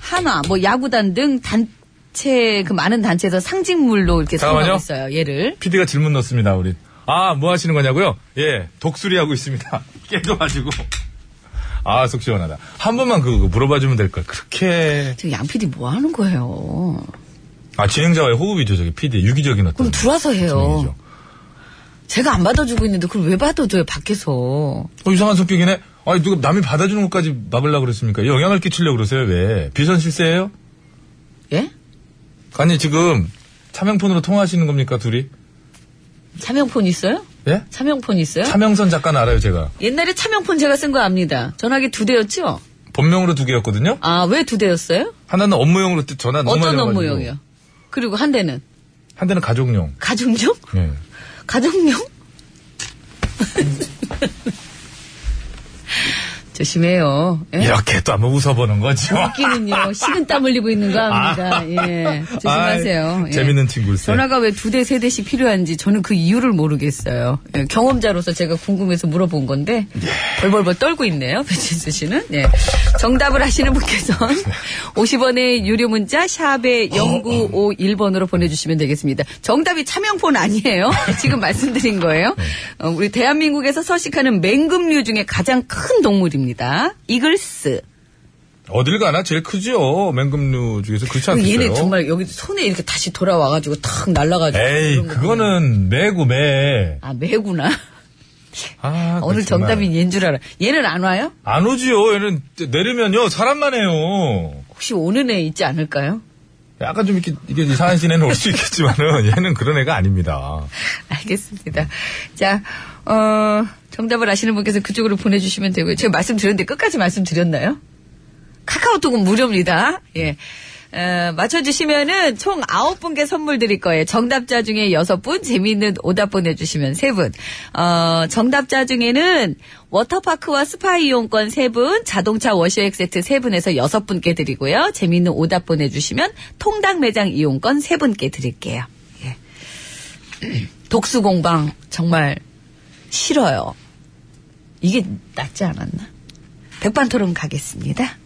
Speaker 2: 한화, 뭐, 야구단 등 단체, 그 많은 단체에서 상징물로 이렇게 사용하고
Speaker 7: 잠깐만요.
Speaker 2: 있어요, 얘를.
Speaker 7: PD가 질문 넣습니다, 우리. 아, 뭐 하시는 거냐고요? 예, 독수리 하고 있습니다. 깨져가지고. 아, 속 시원하다. 한 번만 그거 물어봐주면 될 걸. 그렇게.
Speaker 2: 지금 양 PD 뭐 하는 거예요?
Speaker 7: 아, 진행자와의 호흡이죠, 저기 PD. 유기적인 어떤.
Speaker 2: 그럼 들어와서 해요.
Speaker 7: 분위기죠.
Speaker 2: 제가 안 받아주고 있는데 그걸 왜 받아줘요, 밖에서.
Speaker 7: 어, 이상한 성격이네. 아니, 누가 남이 받아주는 것까지 막으려고 그랬습니까? 영향을 끼치려고 그러세요, 왜? 비선실세예요
Speaker 2: 예?
Speaker 7: 아니, 지금 차명폰으로 통화하시는 겁니까, 둘이?
Speaker 2: 차명폰 있어요?
Speaker 7: 예?
Speaker 2: 차명폰 있어요?
Speaker 7: 차명선 작가는 알아요, 제가.
Speaker 2: 옛날에 차명폰 제가 쓴 거 압니다. 전화기 두 대였죠?
Speaker 7: 본명으로 두 개였거든요?
Speaker 2: 아, 왜 두 대였어요?
Speaker 7: 하나는 업무용으로 뜨- 전화 너무
Speaker 2: 어떤
Speaker 7: 많이 와가지고.
Speaker 2: 업무용이요? 그리고 한 대는?
Speaker 7: 한 대는 가족용.
Speaker 2: 가정용?
Speaker 7: 예.
Speaker 2: 가정용?
Speaker 7: 음.
Speaker 2: 조심해요. 예?
Speaker 7: 이렇게 또 한번 웃어보는 거죠.
Speaker 2: 웃기는요. 식은 땀 흘리고 있는 거 압니다. 예. 조심하세요.
Speaker 7: 아. 아이,
Speaker 2: 예.
Speaker 7: 재밌는 친구일세.
Speaker 2: 전화가 왜 두 대, 세 대씩 필요한지 저는 그 이유를 모르겠어요. 예, 경험자로서 제가 궁금해서 물어본 건데
Speaker 7: 예.
Speaker 2: 벌벌벌 떨고 있네요. 배진수 씨는. 예. 정답을 아시는 분께서는 50원의 유료 문자 샵에
Speaker 7: 어,
Speaker 2: 0951번으로 보내주시면 되겠습니다. 정답이 차명폰 아니에요. 지금 말씀드린 거예요.
Speaker 7: 네.
Speaker 2: 어, 우리 대한민국에서 서식하는 맹금류 중에 가장 큰 동물입니다. 이글스.
Speaker 7: 어딜 가나 제일 크죠. 맹금류 중에서 그렇지 않겠어요?
Speaker 2: 얘네 정말 여기 손에 이렇게 다시 돌아와가지고 탁 날라가지고.
Speaker 7: 에이,
Speaker 2: 그런 거.
Speaker 7: 그거는 매고 매.
Speaker 2: 아, 매구나.
Speaker 7: 아, 그
Speaker 2: 오늘
Speaker 7: 정말.
Speaker 2: 정답이 얘인 줄 알아. 얘는 안 와요?
Speaker 7: 안 오지요. 얘는 내리면요 사람만 해요.
Speaker 2: 혹시 오는 애 있지 않을까요?
Speaker 7: 약간 좀 이렇게 이게 이상한 시내는 올 수 있겠지만은 얘는 그런 애가 아닙니다.
Speaker 2: 알겠습니다. 자, 어, 정답을 아시는 분께서 그쪽으로 보내주시면 되고요. 제가 말씀드렸는데 끝까지 말씀드렸나요? 카카오톡은 무료입니다. 예. 어, 맞춰주시면은 총 9분께 선물 드릴 거예요. 정답자 중에 6분, 재미있는 오답 보내주시면 3분. 어, 정답자 중에는 워터파크와 스파 이용권 3분, 자동차 워시액 세트 3분에서 6분께 드리고요. 재미있는 오답 보내주시면 통당 매장 이용권 3분께 드릴게요. 예. 독수 공방 정말 싫어요. 이게 낫지 않았나? 백반 토론 가겠습니다.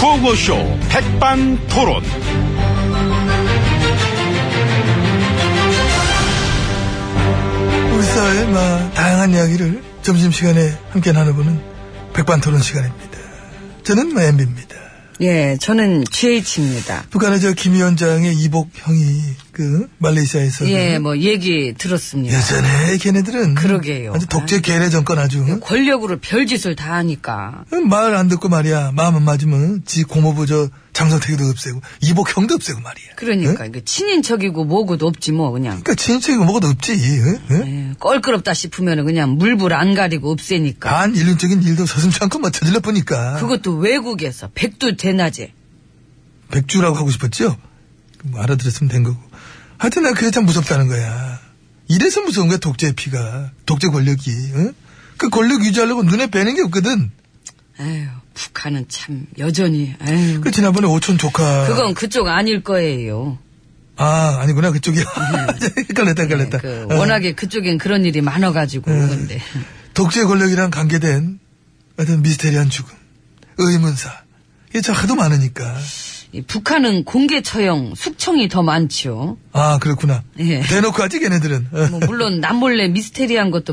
Speaker 9: 구호쇼 백반 토론.
Speaker 1: 울사의 마 다양한 이야기를 점심시간에 함께 나눠보는 백반토론 시간입니다. 저는 엠비입니다.
Speaker 2: 예, 저는 GH입니다.
Speaker 1: 북한의 저 김 위원장의 이복 형이 그 말레이시아에서
Speaker 2: 예, 뭐 얘기 들었습니다.
Speaker 1: 전에 걔네들은
Speaker 2: 그러게요.
Speaker 1: 아주 독재 괴뢰 정권 아주
Speaker 2: 권력으로 별짓을 다 하니까.
Speaker 1: 말 안 듣고 말이야 마음 안 맞으면 지 고모부 저 장성택이도 없애고 이복 형도 없애고 말이야.
Speaker 2: 그러니까 이게 친인척이고 뭐고도 없지 뭐 그냥.
Speaker 1: 그러니까 친척이고 뭐가 없지. 응? 응?
Speaker 2: 예, 껄끄럽다 싶으면 그냥 물불 안 가리고 없애니까.
Speaker 1: 간 일륜적인 일도 서슴지 않고 막 저질러 보니까
Speaker 2: 그것도 외국에서 백두 대낮에.
Speaker 1: 백주라고 하고 싶었죠? 뭐 알아들었으면 된 거고. 하여튼 나 그게 참 무섭다는 거야. 이래서 무서운 거야, 독재의 피가. 독재 권력이, 응? 그 권력 유지하려고 눈에 뵈는 게 없거든.
Speaker 2: 에휴, 북한은 참 여전히. 에휴.
Speaker 1: 그 지난번에 오촌 조카.
Speaker 2: 그건 그쪽 아닐 거예요.
Speaker 1: 아, 아니구나, 그쪽이야. 헷갈렸다, 헷갈렸다. 네.
Speaker 2: 예, 음. 그
Speaker 1: 어.
Speaker 2: 워낙에 그쪽엔 그런 일이 많아가지고 근데
Speaker 1: 독재 권력이랑 관계된 어떤 미스테리한 죽음, 의문사. 이게 참 하도 많으니까.
Speaker 2: 이 북한은 공개 처형, 숙청이 더 많지요.
Speaker 1: 아, 그렇구나.
Speaker 2: 예.
Speaker 1: 대놓고 하지, 걔네들은. 어.
Speaker 2: 뭐 물론 남몰래 미스테리한 것도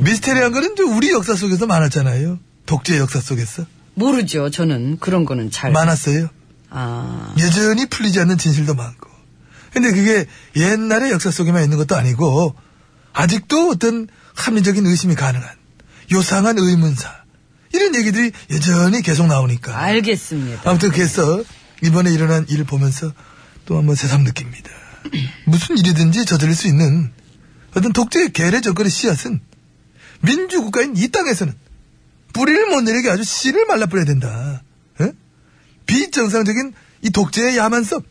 Speaker 1: 미스테리한 거는 좀 우리 역사 속에서 많았잖아요. 독재 역사 속에서.
Speaker 2: 모르죠. 저는 그런 거는 잘.
Speaker 1: 많았어요.
Speaker 2: 네. 아,
Speaker 1: 여전히 풀리지 않는 진실도 많고. 근데 그게 옛날의 역사 속에만 있는 것도 아니고, 아직도 어떤 합리적인 의심이 가능한, 요상한 의문사. 이런 얘기들이 여전히 계속 나오니까.
Speaker 2: 알겠습니다.
Speaker 1: 아무튼 그래서, 이번에 일어난 일을 보면서 또 한번 새삼 느낍니다. 무슨 일이든지 저지를 수 있는 어떤 독재의 계례 정권의 씨앗은 민주국가인 이 땅에서는 뿌리를 못 내리게 아주 씨를 말라뿌려야 된다. 예? 비정상적인 이 독재의 야만성.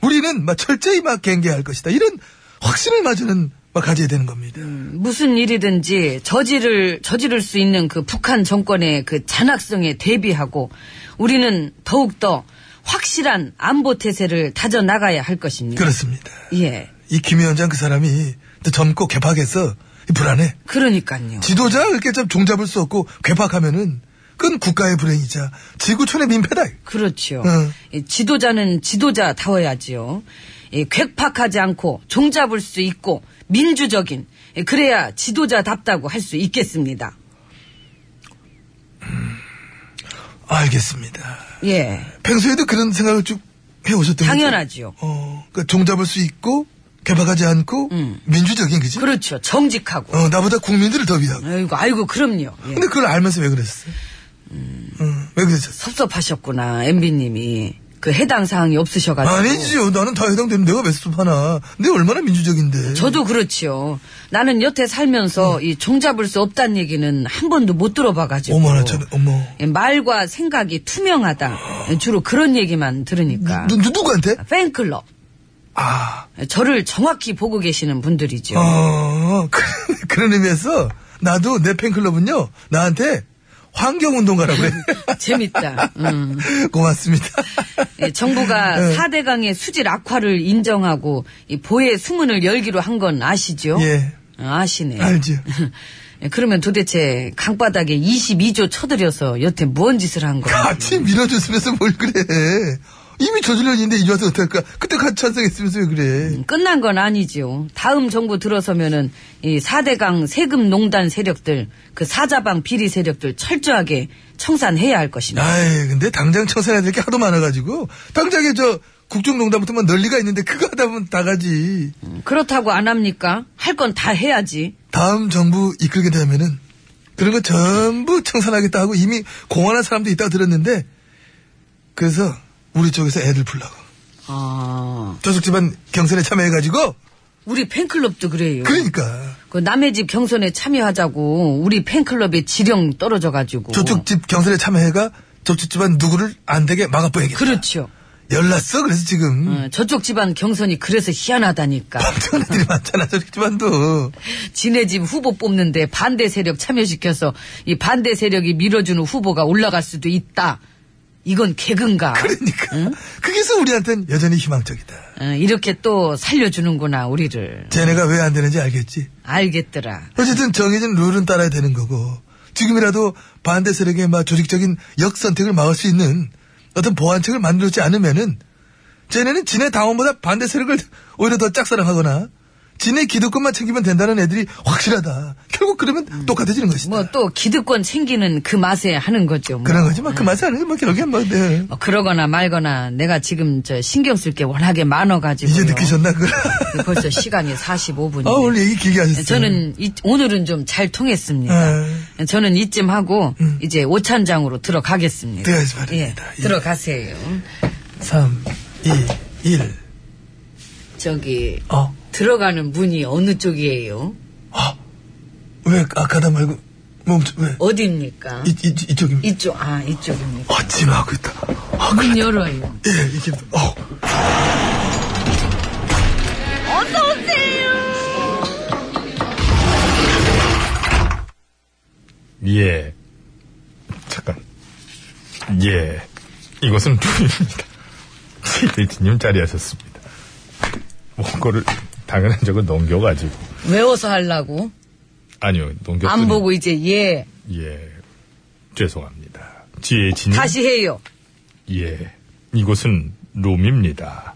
Speaker 1: 우리는 막 철저히 막 경계할 것이다. 이런 확신을 마주는 막 가져야 되는 겁니다.
Speaker 2: 음. 무슨 일이든지 저지를 저지를 수 있는 그 북한 정권의 그 잔악성에 대비하고 우리는 더욱 더 확실한 안보 태세를 다져 나가야 할 것입니다.
Speaker 1: 그렇습니다.
Speaker 2: 예,
Speaker 1: 이 김 위원장 그 사람이 또 젊고 괴팍해서 불안해.
Speaker 2: 그러니까요.
Speaker 1: 지도자 이렇게 참 종잡을 수 없고 괴팍하면은 그건 국가의 불행이자 지구촌의 민폐다.
Speaker 2: 그렇죠.
Speaker 1: 응.
Speaker 2: 이 지도자는 지도자다워야지요. 이 괴팍하지 않고 종잡을 수 있고 민주적인 예, 그래야 지도자답다고 할 수 있겠습니다.
Speaker 1: 알겠습니다.
Speaker 2: 예,
Speaker 1: 평소에도 그런 생각을 쭉 해오셨던 거죠?
Speaker 2: 당연하지요.
Speaker 1: 어, 그러니까 종잡을 수 있고 괴팍하지 않고
Speaker 2: 음.
Speaker 1: 민주적인 그지?
Speaker 2: 그렇죠. 네. 정직하고.
Speaker 1: 어, 나보다 국민들을 더 위하고.
Speaker 2: 아이고, 아이고, 그럼요. 예.
Speaker 1: 근데 그걸 알면서 왜 그랬어요? 음, 왜 그랬었어?
Speaker 2: 섭섭하셨구나, MB님이. 그 해당 사항이 없으셔가지고.
Speaker 1: 아니지요. 나는 다 해당되는 내가 왜 섭하나. 내가 얼마나 민주적인데.
Speaker 2: 저도 그렇지요. 나는 여태 살면서 이 종잡을 수 없다는 얘기는 한 번도 못 들어봐가지고.
Speaker 1: 어머나, 참, 어머.
Speaker 2: 예, 말과 생각이 투명하다. 예, 주로 그런 얘기만 들으니까.
Speaker 1: 누, 누, 누구한테?
Speaker 2: 팬클럽.
Speaker 1: 아,
Speaker 2: 예, 저를 정확히 보고 계시는 분들이죠.
Speaker 1: 어, 그, 그런 의미에서 나도 내 팬클럽은요, 나한테 환경운동가라고 그래.
Speaker 2: 재밌다. 음.
Speaker 1: 고맙습니다.
Speaker 2: 예,
Speaker 1: 네.
Speaker 2: 정부가 4대강의 수질 악화를 인정하고 이 보혜 수문을 열기로 한 건 아시죠?
Speaker 1: 예.
Speaker 2: 아, 아시네.
Speaker 1: 알죠.
Speaker 2: 예, 그러면 도대체 강바닥에 22조 쳐들여서 여태 뭔 짓을 한 거야?
Speaker 1: 같이 밀어줬으면서 뭘 그래. 이미 저질렀는데 이제 와서 어떡할까. 그때 같이 찬성했으면서 왜 그래.
Speaker 2: 음, 끝난 건 아니지요. 다음 정부 들어서면은 이 4대강 세금 농단 세력들, 그 사자방 비리 세력들 철저하게 청산해야 할 것입니다.
Speaker 1: 아이, 근데 당장 청산해야 될 게 하도 많아가지고, 당장에 저, 국정농단부터만 널리가 있는데, 그거 하다 보면 다 가지.
Speaker 2: 그렇다고 안 합니까? 할 건 다 해야지.
Speaker 1: 다음 정부 이끌게 되면은, 그런 거 전부 청산하겠다 하고 이미 공언한 사람도 있다고 들었는데, 그래서, 우리 쪽에서 애들 풀라고.
Speaker 2: 아,
Speaker 1: 조숙 집안 경선에 참여해가지고,
Speaker 2: 우리 팬클럽도 그래요.
Speaker 1: 그러니까,
Speaker 2: 그 남의 집 경선에 참여하자고 우리 팬클럽의 지령 떨어져가지고.
Speaker 1: 저쪽 집 경선에 참여해가, 저쪽 집안 누구를 안 되게 막아보야겠다.
Speaker 2: 그렇죠.
Speaker 1: 열났어, 그래서 지금.
Speaker 2: 어, 저쪽 집안 경선이 그래서 희한하다니까.
Speaker 1: 엄청난 애들이 많잖아, 저쪽 집안도.
Speaker 2: 지네 집 후보 뽑는데 반대 세력 참여시켜서 이 반대 세력이 밀어주는 후보가 올라갈 수도 있다. 이건 개근가.
Speaker 1: 그러니까. 그게서 우리한테는 여전히 희망적이다.
Speaker 2: 어, 이렇게 또 살려주는구나 우리를.
Speaker 1: 쟤네가 왜 안 되는지 알겠지?
Speaker 2: 알겠더라.
Speaker 1: 어쨌든 정해진 룰은 따라야 되는 거고, 지금이라도 반대 세력의 막 조직적인 역선택을 막을 수 있는 어떤 보완책을 만들지 않으면은, 쟤네는 지네 당원보다 반대 세력을 오히려 더 짝사랑하거나, 지네 기득권만 챙기면 된다는 애들이 확실하다. 결국 그러면 똑같아지는 것이다.
Speaker 2: 뭐 또 기득권 챙기는 그 맛에 하는 거죠. 뭐.
Speaker 1: 그런 거지. 뭐, 그 맛이 아니지. 뭐, 결국엔 뭐, 네.
Speaker 2: 뭐 그러거나 말거나 내가 지금 저 신경 쓸 게 워낙에 많아가지고
Speaker 1: 이제 느끼셨나, 그
Speaker 2: 벌써 시간이 45분이.
Speaker 1: 아, 오늘 얘기 길게 하셨어요.
Speaker 2: 저는 이- 오늘은 좀 잘 통했습니다.
Speaker 1: 아.
Speaker 2: 저는 이쯤 하고 이제 오찬장으로 들어가겠습니다.
Speaker 1: 들어가시 바랍니다.
Speaker 2: 예,
Speaker 1: 음. 예.
Speaker 2: 들어가세요.
Speaker 1: 3, 2, 1.
Speaker 2: 저기
Speaker 1: 어?
Speaker 2: 들어가는 문이 어느 쪽이에요?
Speaker 1: 왜, 아까다 말고, 멈춰, 왜?
Speaker 2: 어디입니까?
Speaker 1: 이, 이, 이쪽입니다.
Speaker 2: 이쪽 아 이쪽입니다.
Speaker 1: 어, 지나고 있다. 아,
Speaker 2: 문 열어요.
Speaker 1: 예, 이게, 어.
Speaker 7: 예. 잠깐. 예. 이것은 루입니다. 세일치님 자리하셨습니다. 원고를 당연한 적은 넘겨가지고.
Speaker 2: 외워서 하려고
Speaker 7: 아니요, 넘겼더니.
Speaker 2: 안 보고 이제 예
Speaker 7: 예. 죄송합니다. 지혜진님.
Speaker 2: 다시 해요.
Speaker 7: 예. 이곳은 롬입니다.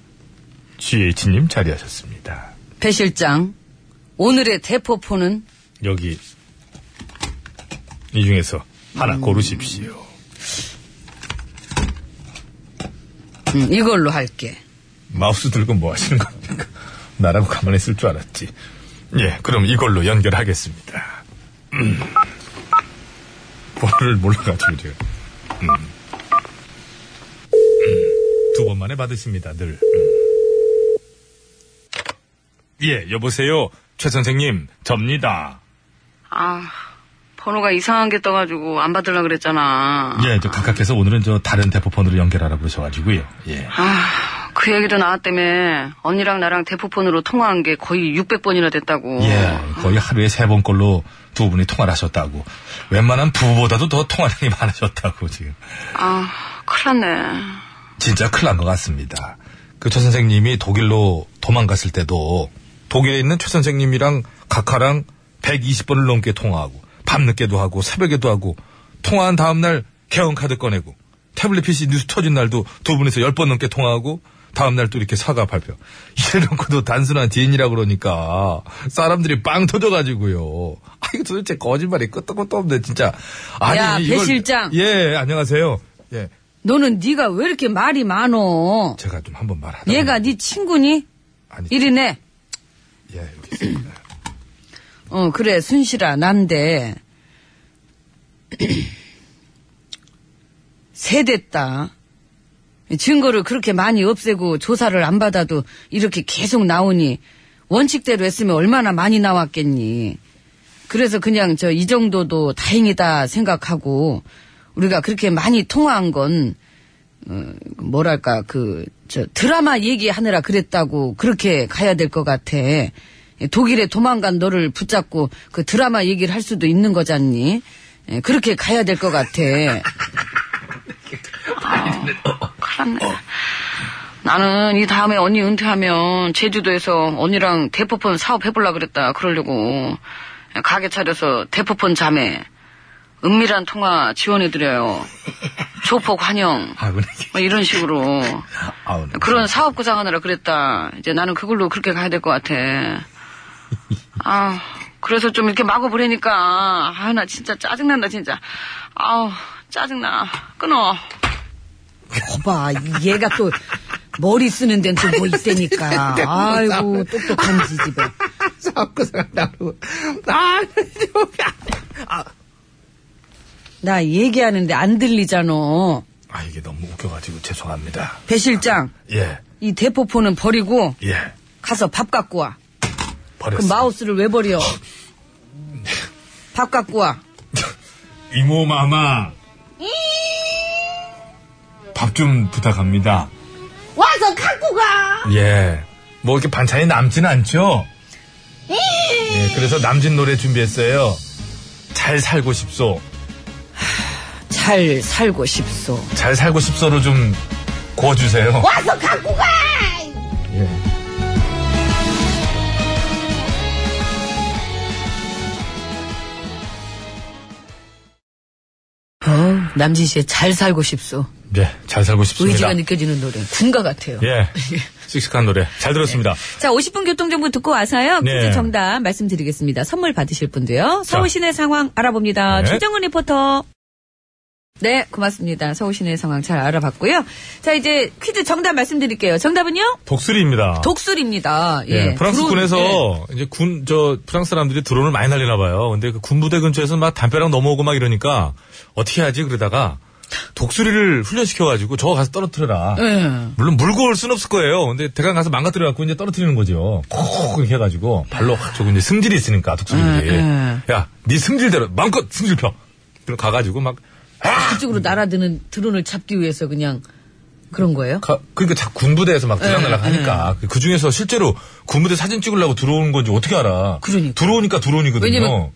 Speaker 7: 지혜진님 자리하셨습니다.
Speaker 2: 배 실장 오늘의 대포포는
Speaker 7: 여기. 이 중에서 하나 고르십시오.
Speaker 2: 음, 이걸로 할게.
Speaker 7: 마우스 들고 뭐 하시는 겁니까? 나라고 가만히 있을 줄 알았지. 예, 그럼 이걸로 연결하겠습니다. 음. 번호를 몰라가지고 제가. 음. 음. 두 번만에 받으십니다, 늘. 음. 예, 여보세요. 최 선생님, 접니다.
Speaker 2: 아, 번호가 이상한 게 떠가지고 안 받으려고 그랬잖아.
Speaker 7: 예, 저 각각해서 오늘은 저 다른 대포폰으로 연결하라 그러셔가지고요. 예.
Speaker 2: 아, 그 얘기도 나왔다며. 언니랑 나랑 대포폰으로 통화한 게 거의 600번이나 됐다고.
Speaker 7: 예, 거의 하루에 세 번 걸로 두 분이 통화를 하셨다고. 웬만한 부부보다도 더 통화량이 많으셨다고, 지금.
Speaker 2: 아, 큰일 났네.
Speaker 7: 진짜 큰일 난 것 같습니다. 그 최 선생님이 독일로 도망갔을 때도 독일에 있는 최 선생님이랑 각하랑 120번을 넘게 통화하고 밤늦게도 하고 새벽에도 하고 통화한 다음날 개헌카드 꺼내고 태블릿 PC 뉴스 터진 날도 두 분이서 10번 넘게 통화하고 다음날 또 이렇게 사과 발표. 이래놓고도 단순한 지인이라 그러니까 사람들이 빵 터져가지고요. 아 이거 도대체 거짓말이 끄떡끄떡 없네 진짜.
Speaker 2: 야, 배
Speaker 7: 이걸-
Speaker 2: 실장.
Speaker 7: 예 안녕하세요. 예
Speaker 2: 너는 네가 왜 이렇게 말이 많어?
Speaker 7: 제가 좀 한번 말하다.
Speaker 2: 얘가 네 친구니?
Speaker 7: 아니,
Speaker 2: 이리네.
Speaker 7: 예, 여기 있습니다.
Speaker 2: 어, 그래, 순실아, 난데. 세 됐다. 증거를 그렇게 많이 없애고 조사를 안 받아도 이렇게 계속 나오니 원칙대로 했으면 얼마나 많이 나왔겠니. 그래서 그냥 저 이 정도도 다행이다 생각하고 우리가 그렇게 많이 통화한 건 어, 뭐랄까 그 저 드라마 얘기하느라 그랬다고 그렇게 가야 될 것 같아. 독일에 도망간 너를 붙잡고 그 드라마 얘기를 할 수도 있는 거잖니. 예, 그렇게 가야 될 것 같아.
Speaker 10: 어. 나는 이 다음에 언니 은퇴하면 제주도에서 언니랑 대포폰 사업 해보려 그랬다. 그러려고 가게 차려서 대포폰 자매 은밀한 통화 지원해드려요. 조폭 환영
Speaker 7: 아우, 네.
Speaker 10: 뭐 이런 식으로
Speaker 7: 아우, 네.
Speaker 10: 그런 사업 구상하느라 그랬다. 이제 나는 그걸로 그렇게 가야 될 것 같아. 아 그래서 좀 이렇게 마구 부리니까 아 나 진짜 짜증난다 진짜. 아우 짜증나 끊어.
Speaker 2: 거봐, 얘가 또 머리 쓰는 데는 또 뭐 있다니까. 아이고, 똑똑한 지집애.
Speaker 11: 자꾸 생각나고. 아,
Speaker 2: 나 얘기하는데 안 들리잖아.
Speaker 7: 아, 이게 너무 웃겨가지고 죄송합니다.
Speaker 2: 배 실장,
Speaker 7: 예,
Speaker 2: 이 대포폰은 버리고
Speaker 7: 예.
Speaker 2: 가서 밥 갖고 와. 그
Speaker 7: 버렸어요.
Speaker 2: 마우스를 왜 버려? 밥 갖고 와.
Speaker 7: 이모 마마. 밥 좀 부탁합니다.
Speaker 12: 와서 갖고 가.
Speaker 7: 예. 뭐 이렇게 반찬이 남진 않죠? 예, 그래서 남진 노래 준비했어요. 잘 살고 싶소.
Speaker 2: 잘 살고 싶소.
Speaker 7: 잘 살고 싶소로 좀 구워주세요.
Speaker 12: 와서 갖고 가.
Speaker 7: 예.
Speaker 2: 어, 남진 씨의 잘 살고 싶소.
Speaker 7: 네, 잘 살고 싶습니다.
Speaker 2: 의지가 느껴지는 노래. 군가 같아요.
Speaker 7: 예, 씩씩한 노래 잘 들었습니다.
Speaker 2: 자, 50분 교통정보 듣고 와서요. 퀴즈
Speaker 7: 네.
Speaker 2: 정답 말씀드리겠습니다. 선물 받으실 분도요. 서울
Speaker 7: 자.
Speaker 2: 시내 상황 알아봅니다.
Speaker 7: 네.
Speaker 2: 최정은 리포터. 네, 고맙습니다. 서울 시내 상황 잘 알아봤고요. 자, 이제 퀴즈 정답 말씀드릴게요. 정답은요?
Speaker 7: 독수리입니다.
Speaker 2: 독수리입니다. 예.
Speaker 7: 예, 프랑스
Speaker 2: 드론, 예.
Speaker 7: 군에서 이제 군 저 프랑스 사람들이 드론을 많이 날리나 봐요. 근데 그 군부대 근처에서 막 담벼락 넘어오고 막 이러니까 어떻게 하지 그러다가 독수리를 훈련시켜 가지고 저거 가서 떨어뜨려라.
Speaker 2: 예.
Speaker 7: 물론 물고 올 순 없을 거예요. 근데 대강 가서 망가뜨려 갖고 이제 떨어뜨리는 거죠. 콕 이렇게 해가지고 발로 확 저거 이제 승질이 있으니까 독수리들이 야, 네 승질대로 마음껏 승질 펴. 그럼 가가지고 막
Speaker 2: 그쪽으로 날아드는 드론을 잡기 위해서 그냥 그런 거예요?
Speaker 7: 가- 그러니까 자 군부대에서
Speaker 2: 네.
Speaker 7: 막 들락날락 하니까 그 중에서 실제로 군부대 사진 찍으려고 들어오는 건지 어떻게 알아?
Speaker 2: 그러니까.
Speaker 7: 들어오니까 들어오니거든요.
Speaker 2: 왜냐면-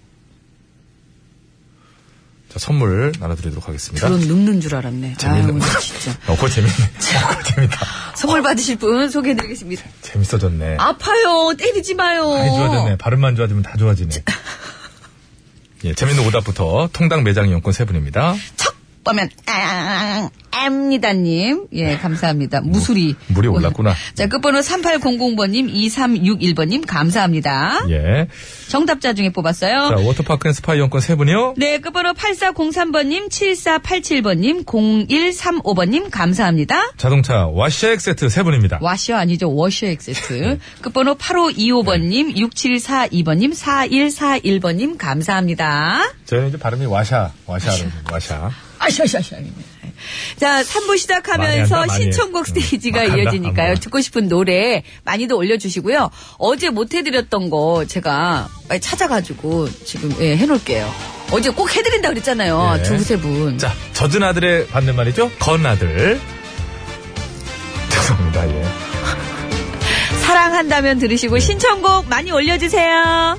Speaker 7: 자 선물 나눠드리도록 하겠습니다.
Speaker 2: 드론 눕는 줄 알았네.
Speaker 7: 재밌는
Speaker 2: 아유,
Speaker 7: 거.
Speaker 2: 진짜.
Speaker 7: 어, 그거 재밌네. 어, 그거 재밌다.
Speaker 2: 선물 받으실 분 소개해드리겠습니다.
Speaker 7: 재밌어졌네.
Speaker 2: 아파요. 때리지 마요.
Speaker 7: 많이 좋아졌네. 발음만 좋아지면 다 좋아지네. 예, 재밌는 오답부터 통당 매장 이용권 세 분입니다.
Speaker 2: 척 보면 앱니다님 예 감사합니다 무술이
Speaker 7: 네. 물이 올랐구나.
Speaker 2: 자 끝번호 3800번님 2361번님 감사합니다
Speaker 7: 예.
Speaker 2: 정답자 중에 뽑았어요
Speaker 7: 자, 워터파크 앤 스파 이용권 세 분이요.
Speaker 2: 네 끝번호 8403번님 7487번님 0135번님 감사합니다
Speaker 7: 자동차 와시액 세트 세 분입니다.
Speaker 2: 와셔 아니죠 워셔
Speaker 7: 네.
Speaker 2: 엑세트 끝번호 8525번님 6742번님 4141번님 감사합니다
Speaker 7: 저희는 이제 발음이 와샤, 와샤로, 와샤.
Speaker 2: 아샤샤샤. 자, 3부 시작하면서
Speaker 7: 많이 한다, 많이
Speaker 2: 신청곡
Speaker 7: 해.
Speaker 2: 스테이지가
Speaker 7: 막 한다,
Speaker 2: 이어지니까요.
Speaker 7: 한번.
Speaker 2: 듣고 싶은 노래 많이들 올려주시고요. 어제 못해드렸던 거 제가 빨리 찾아가지고 지금 예, 해놓을게요. 어제 꼭 해드린다 그랬잖아요.
Speaker 7: 예.
Speaker 2: 두세 분.
Speaker 7: 자, 젖은 아들의 반대말이죠? 건 아들. 죄송합니다, 예.
Speaker 2: 사랑한다면
Speaker 7: 네.
Speaker 2: 들으시고 신청곡 많이 올려주세요.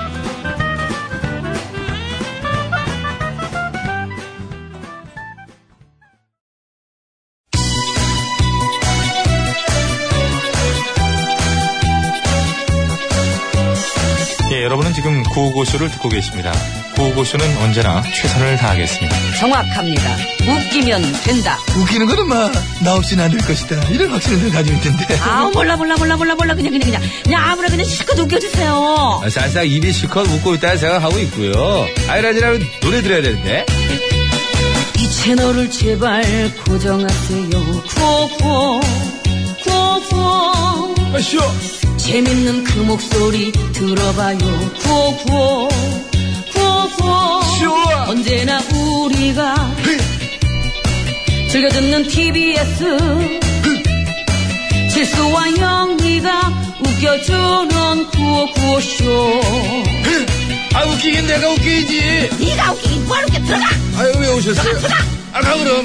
Speaker 7: 예, 여러분은 지금 구호고쇼를 듣고 계십니다. 구호고쇼는 언제나 최선을 다하겠습니다.
Speaker 2: 정확합니다. 웃기면 된다.
Speaker 1: 웃기는 거는 막 나 없이는 안 될 것이다. 이런 확신을 늘 가지고 있던데.
Speaker 2: 아 몰라 몰라 몰라 몰라 몰라 그냥 그냥 그냥 그냥 아무나 그냥 실컷 웃겨주세요.
Speaker 11: 살짝 아, 입이 실컷 웃고 있다는 생각하고 있고요. 아이라지라면 노래 들어야 되는데.
Speaker 2: 이 채널을 제발 고정하세요. 구호구호 구호구호
Speaker 7: 아시오!
Speaker 2: 재밌는 그 목소리 들어봐요 구호구호 구호구호 언제나 우리가 즐겨 듣는 TBS 실수와 영리가 웃겨주는 구호구호쇼
Speaker 11: 아, 웃기긴 내가 웃기지.
Speaker 12: 네가 웃기긴 뭐하러 이렇게 들어가
Speaker 11: 아유, 왜 오셨어요? 아가, 그럼.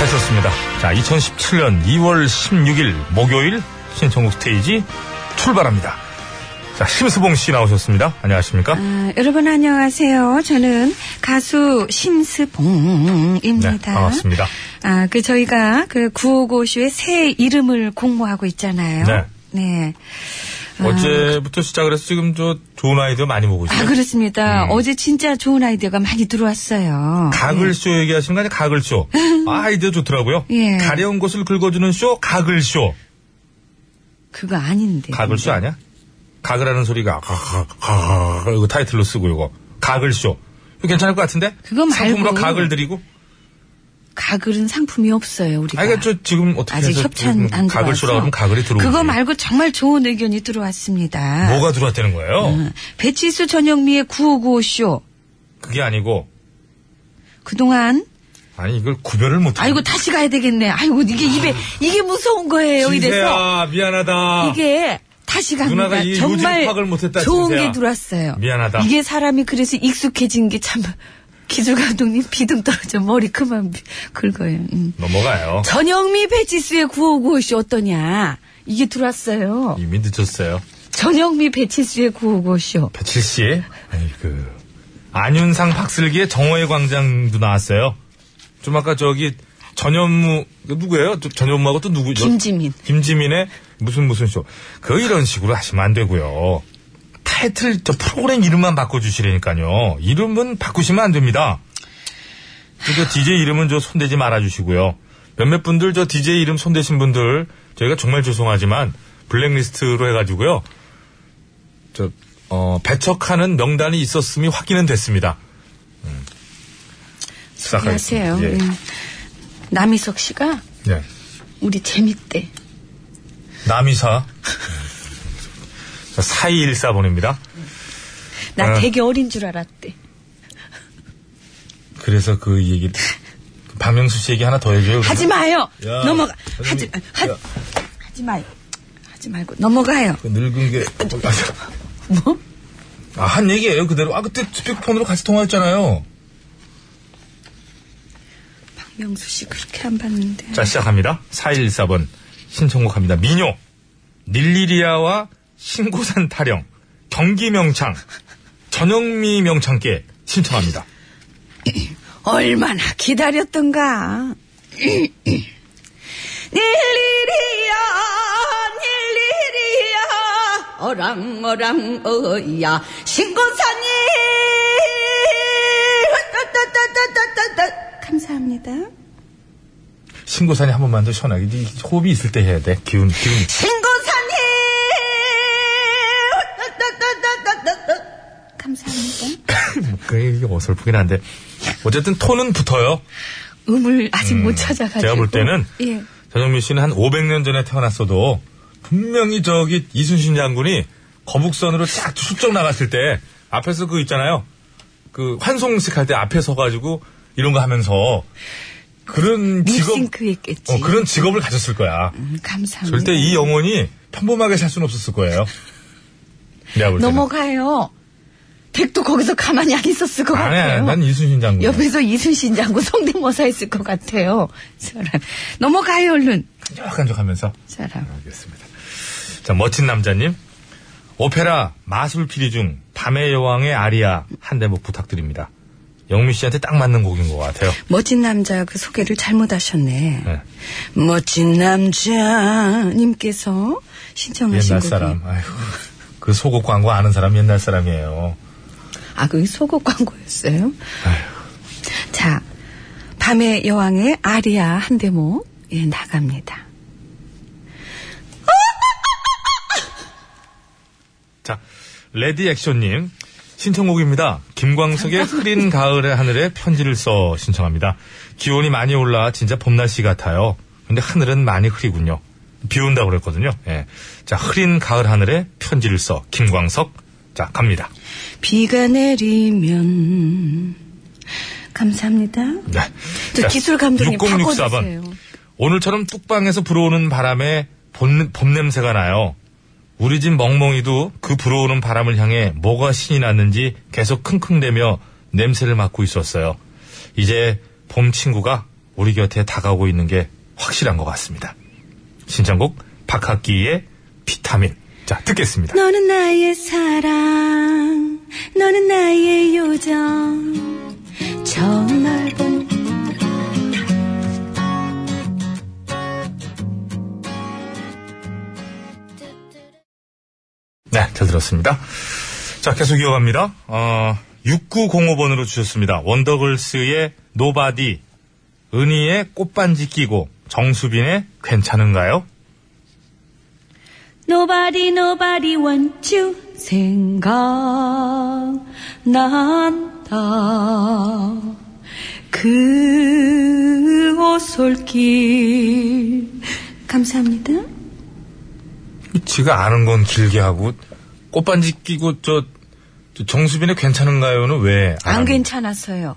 Speaker 7: 하셨습니다. 자, 2017년 2월 16일 목요일 신청국 스테이지 출발합니다. 자, 심수봉 씨 나오셨습니다. 안녕하십니까?
Speaker 2: 아, 여러분 안녕하세요 저는 가수
Speaker 7: 네,
Speaker 2: 심스봉입니다
Speaker 7: 반갑습니다.
Speaker 2: 아, 그 저희가 그 955쇼의 새 이름을 공모하고 있잖아요.
Speaker 7: 네.
Speaker 2: 네.
Speaker 7: 어제부터 시작을 해서 지금 저 좋은 아이디어 많이 보고
Speaker 2: 아,
Speaker 7: 있어요. 음.
Speaker 2: 그렇습니다. 어제 진짜 좋은 아이디어가 많이 들어왔어요.
Speaker 7: 가글쇼 얘기하시는 거 아니에요? 가글쇼. 아, 아이디어 좋더라고요.
Speaker 2: 예.
Speaker 7: 가려운 것을 긁어주는 쇼, 가글쇼.
Speaker 2: 네, 그거 아닌데.
Speaker 7: 가글쇼 아니야? 가글하는 소리가 가가가 이거 타이틀로 쓰고 이거 가글쇼. 이거 괜찮을 것 같은데?
Speaker 2: 그거 말고.
Speaker 7: 상품으로 가글 드리고.
Speaker 2: 가글은 상품이 없어요, 우리가.
Speaker 7: 아, 이거 저 지금 어떻게
Speaker 2: 아직
Speaker 7: 해서
Speaker 2: 협찬
Speaker 7: 지금
Speaker 2: 안 들어와서
Speaker 7: 가글쇼라고 하면 가글이 들어오고.
Speaker 2: 그거 말고 정말 좋은 의견이 들어왔습니다.
Speaker 7: 뭐가 들어왔다는 거예요?
Speaker 2: 어, 배치수 전영미의 9595쇼.
Speaker 7: 그게 아니고
Speaker 2: 그동안
Speaker 7: 아니 이걸 구별을 못.
Speaker 2: 아이고 다시 가야 되겠네. 아이고 이게 입에 이게 무서운 거예요. 이래서
Speaker 7: 진세야 미안하다.
Speaker 2: 이게 다시 갑니다.
Speaker 7: 누나가 이
Speaker 2: 정말
Speaker 7: 요즘 파악을 못했다,
Speaker 2: 좋은
Speaker 7: 진세야.
Speaker 2: 게 들어왔어요.
Speaker 7: 미안하다.
Speaker 2: 이게 사람이 그래서 익숙해진 게 참 기술 감독님 비듬 떨어져 머리 그만 비- 긁어요. 음.
Speaker 7: 넘어가요.
Speaker 2: 전영미 배치수의 9595쇼 어떠냐? 이게 들어왔어요.
Speaker 7: 이미 늦었어요.
Speaker 2: 전영미 배치수의 9595쇼.
Speaker 7: 배칠 씨. 아니 그 안윤상 박슬기의 정호의 광장도 나왔어요. 좀 아까 저기 전현무 누구예요? 저- 전현무하고 또 누구죠?
Speaker 2: 김지민.
Speaker 7: 김지민의 무슨 무슨 쇼. 그 이런 식으로 하시면 안 되고요. 타이틀 저 프로그램 이름만 바꿔주시라니까요. 이름은 바꾸시면 안 됩니다. 그저 DJ 이름은 저 손대지 말아주시고요. 몇몇 분들 저 DJ 이름 손대신 분들 저희가 정말 죄송하지만 블랙리스트로 해가지고요. 저, 어, 배척하는 명단이 있었음이 확인은 됐습니다. 음.
Speaker 2: 안녕하세요.
Speaker 7: 시작하겠습니다. 예.
Speaker 2: 음. 남희석 씨가
Speaker 7: 예.
Speaker 2: 우리 재밌대.
Speaker 7: 남이사. 4214번입니다.
Speaker 2: 나
Speaker 7: 아.
Speaker 2: 되게 어린 줄 알았대.
Speaker 7: 그래서 그 얘기를. 그 박명수 씨 얘기 하나 더 해줘요.
Speaker 2: 하지 마요.
Speaker 7: 야,
Speaker 2: 넘어가. 하지
Speaker 7: 선생님,
Speaker 2: 하,
Speaker 7: 야.
Speaker 2: 하지 마요. 하지 말고 넘어가요.
Speaker 7: 그 늙은 게.
Speaker 2: 뭐?
Speaker 7: 아, 한 얘기예요, 그대로. 아, 그때 스피커폰으로 같이 통화했잖아요.
Speaker 2: 박명수 씨 그렇게 안 봤는데.
Speaker 7: 자, 시작합니다. 4114번. 신청곡 합니다. 민요. 닐리리아와 신고산 타령. 경기 명창. 전영미 명창께 신청합니다.
Speaker 2: 얼마나 기다렸던가. 일일이야, 일일이야, 어랑 어랑 어야 신고산이. 아, 따따따따따따. 감사합니다.
Speaker 7: 신고산이 한 번만 더 시원하게. 이 호흡이 있을 때 해야 돼. 기운, 기운.
Speaker 2: 신고산이. 따따따따따따. 감사합니다.
Speaker 7: 그게 이게 어설프긴 한데. 어쨌든 톤은 붙어요.
Speaker 2: 음을 아직 못 찾아가지고.
Speaker 7: 제가 볼 때는
Speaker 2: 예.
Speaker 7: 전영미 씨는 한 500년 전에 태어났어도 분명히 저기 이순신 장군이 거북선으로 쫙 출정 나갔을 때 앞에서 그 있잖아요. 그 환송식 할 때 앞에 서가지고 이런 거 하면서 그런 직업,
Speaker 2: 립싱크했겠지.
Speaker 7: 어, 그런 직업을 가졌을 거야.
Speaker 2: 음, 감사합니다.
Speaker 7: 절대 이 영혼이 평범하게 살 수는 없었을 거예요. 내가 볼 때는.
Speaker 2: 넘어가요. 백도 거기서 가만히 안 있었을 것
Speaker 7: 안 해.
Speaker 2: 같아요.
Speaker 7: 난 이순신 장군.
Speaker 2: 옆에서 이순신 장군 성대모사 했을 것 같아요. 그 사람. 넘어가요, 얼른. 그
Speaker 7: 끈적끈적 하면서.
Speaker 2: 사람.
Speaker 7: 알겠습니다. 자, 멋진 남자님. 오페라 마술 피리 중 밤의 여왕의 아리아 한 대목 부탁드립니다. 영미 씨한테 딱 맞는 곡인 것 같아요.
Speaker 2: 멋진 남자 그 소개를 잘못하셨네.
Speaker 7: 네.
Speaker 2: 멋진 남자님께서 신청하신
Speaker 7: 옛날
Speaker 2: 곡이.
Speaker 7: 사람. 아이고. 그 속옷 광고 아는 사람 옛날 사람이에요.
Speaker 2: 아, 그게 속옷 광고였어요? 자, 밤의 여왕의 아리아 한 대목, 예, 나갑니다.
Speaker 7: 자, 레디 액션님. 신청곡입니다. 김광석의 흐린 가을의 하늘에 편지를 써 신청합니다. 기온이 많이 올라 진짜 봄날씨 같아요. 근데 하늘은 많이 흐리군요. 비 온다고 그랬거든요. 예. 자, 흐린 가을 하늘에 편지를 써. 김광석. 자, 갑니다.
Speaker 2: 비가 내리면 감사합니다.
Speaker 7: 네.
Speaker 2: 저 기술 감독님
Speaker 7: 6064번.
Speaker 2: 바꿔주세요.
Speaker 7: 오늘처럼 뚝방에서 불어오는 바람에 봄, 봄 냄새가 나요. 우리 집 멍멍이도 그 불어오는 바람을 향해 뭐가 신이 났는지 계속 킁킁대며 냄새를 맡고 있었어요. 이제 봄 친구가 우리 곁에 다가오고 있는 게 확실한 것 같습니다. 신청곡 박학기의 비타민. 자, 듣겠습니다.
Speaker 2: 너는 나의 사랑, 너는 나의 요정, 저 넓은
Speaker 7: 네, 잘 들었습니다. 자, 계속 이어갑니다. 어, 6905번으로 주셨습니다. 원더걸스의 노바디, 은희의 꽃반지 끼고, 정수빈의 괜찮은가요?
Speaker 8: Nobody, nobody wants you. 생각난다. 그 오솔길. 감사합니다.
Speaker 7: 지가 아는 건 길게 하고, 꽃반지 끼고, 저, 저 정수빈의 괜찮은가요는 왜? 안
Speaker 2: 안
Speaker 7: 하는-
Speaker 2: 괜찮았어요.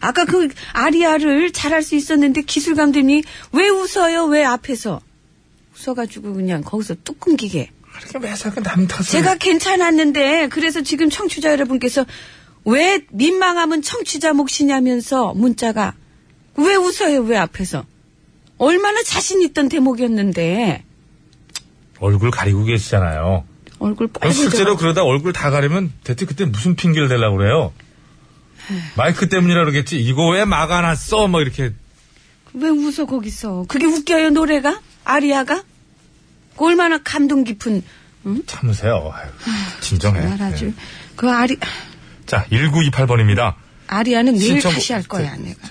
Speaker 2: 아까 그 아리아를 잘할 수 있었는데 기술 감독님이 왜 웃어요? 왜 앞에서 웃어가지고 그냥 거기서 뚝 끊기게.
Speaker 11: 그렇게 매사 남 탓을.
Speaker 2: 제가 괜찮았는데 그래서 지금 청취자 여러분께서 왜 민망함은 청취자 몫이냐면서 문자가 왜 웃어요? 왜 앞에서 얼마나 자신 있던 대목이었는데
Speaker 7: 얼굴 가리고 계시잖아요.
Speaker 2: 얼굴
Speaker 7: 그럼
Speaker 2: 빨개져.
Speaker 7: 실제로 그러다 얼굴 다 가리면 대체 그때 무슨 핑계를 대려고 그래요? 네. 마이크 때문이라 그러겠지. 이거 왜 막아놨어? 뭐 이렇게
Speaker 2: 왜 웃어 거기서? 그게 웃겨요 노래가 아리아가? 그 얼마나 감동 깊은
Speaker 7: 참으세요. 아유, 진정해. 예.
Speaker 2: 말 아주 그 아리
Speaker 7: 자, 1928번입니다.
Speaker 2: 아리아는 내일
Speaker 7: 신청곡-
Speaker 2: 다시 할 거야 내가.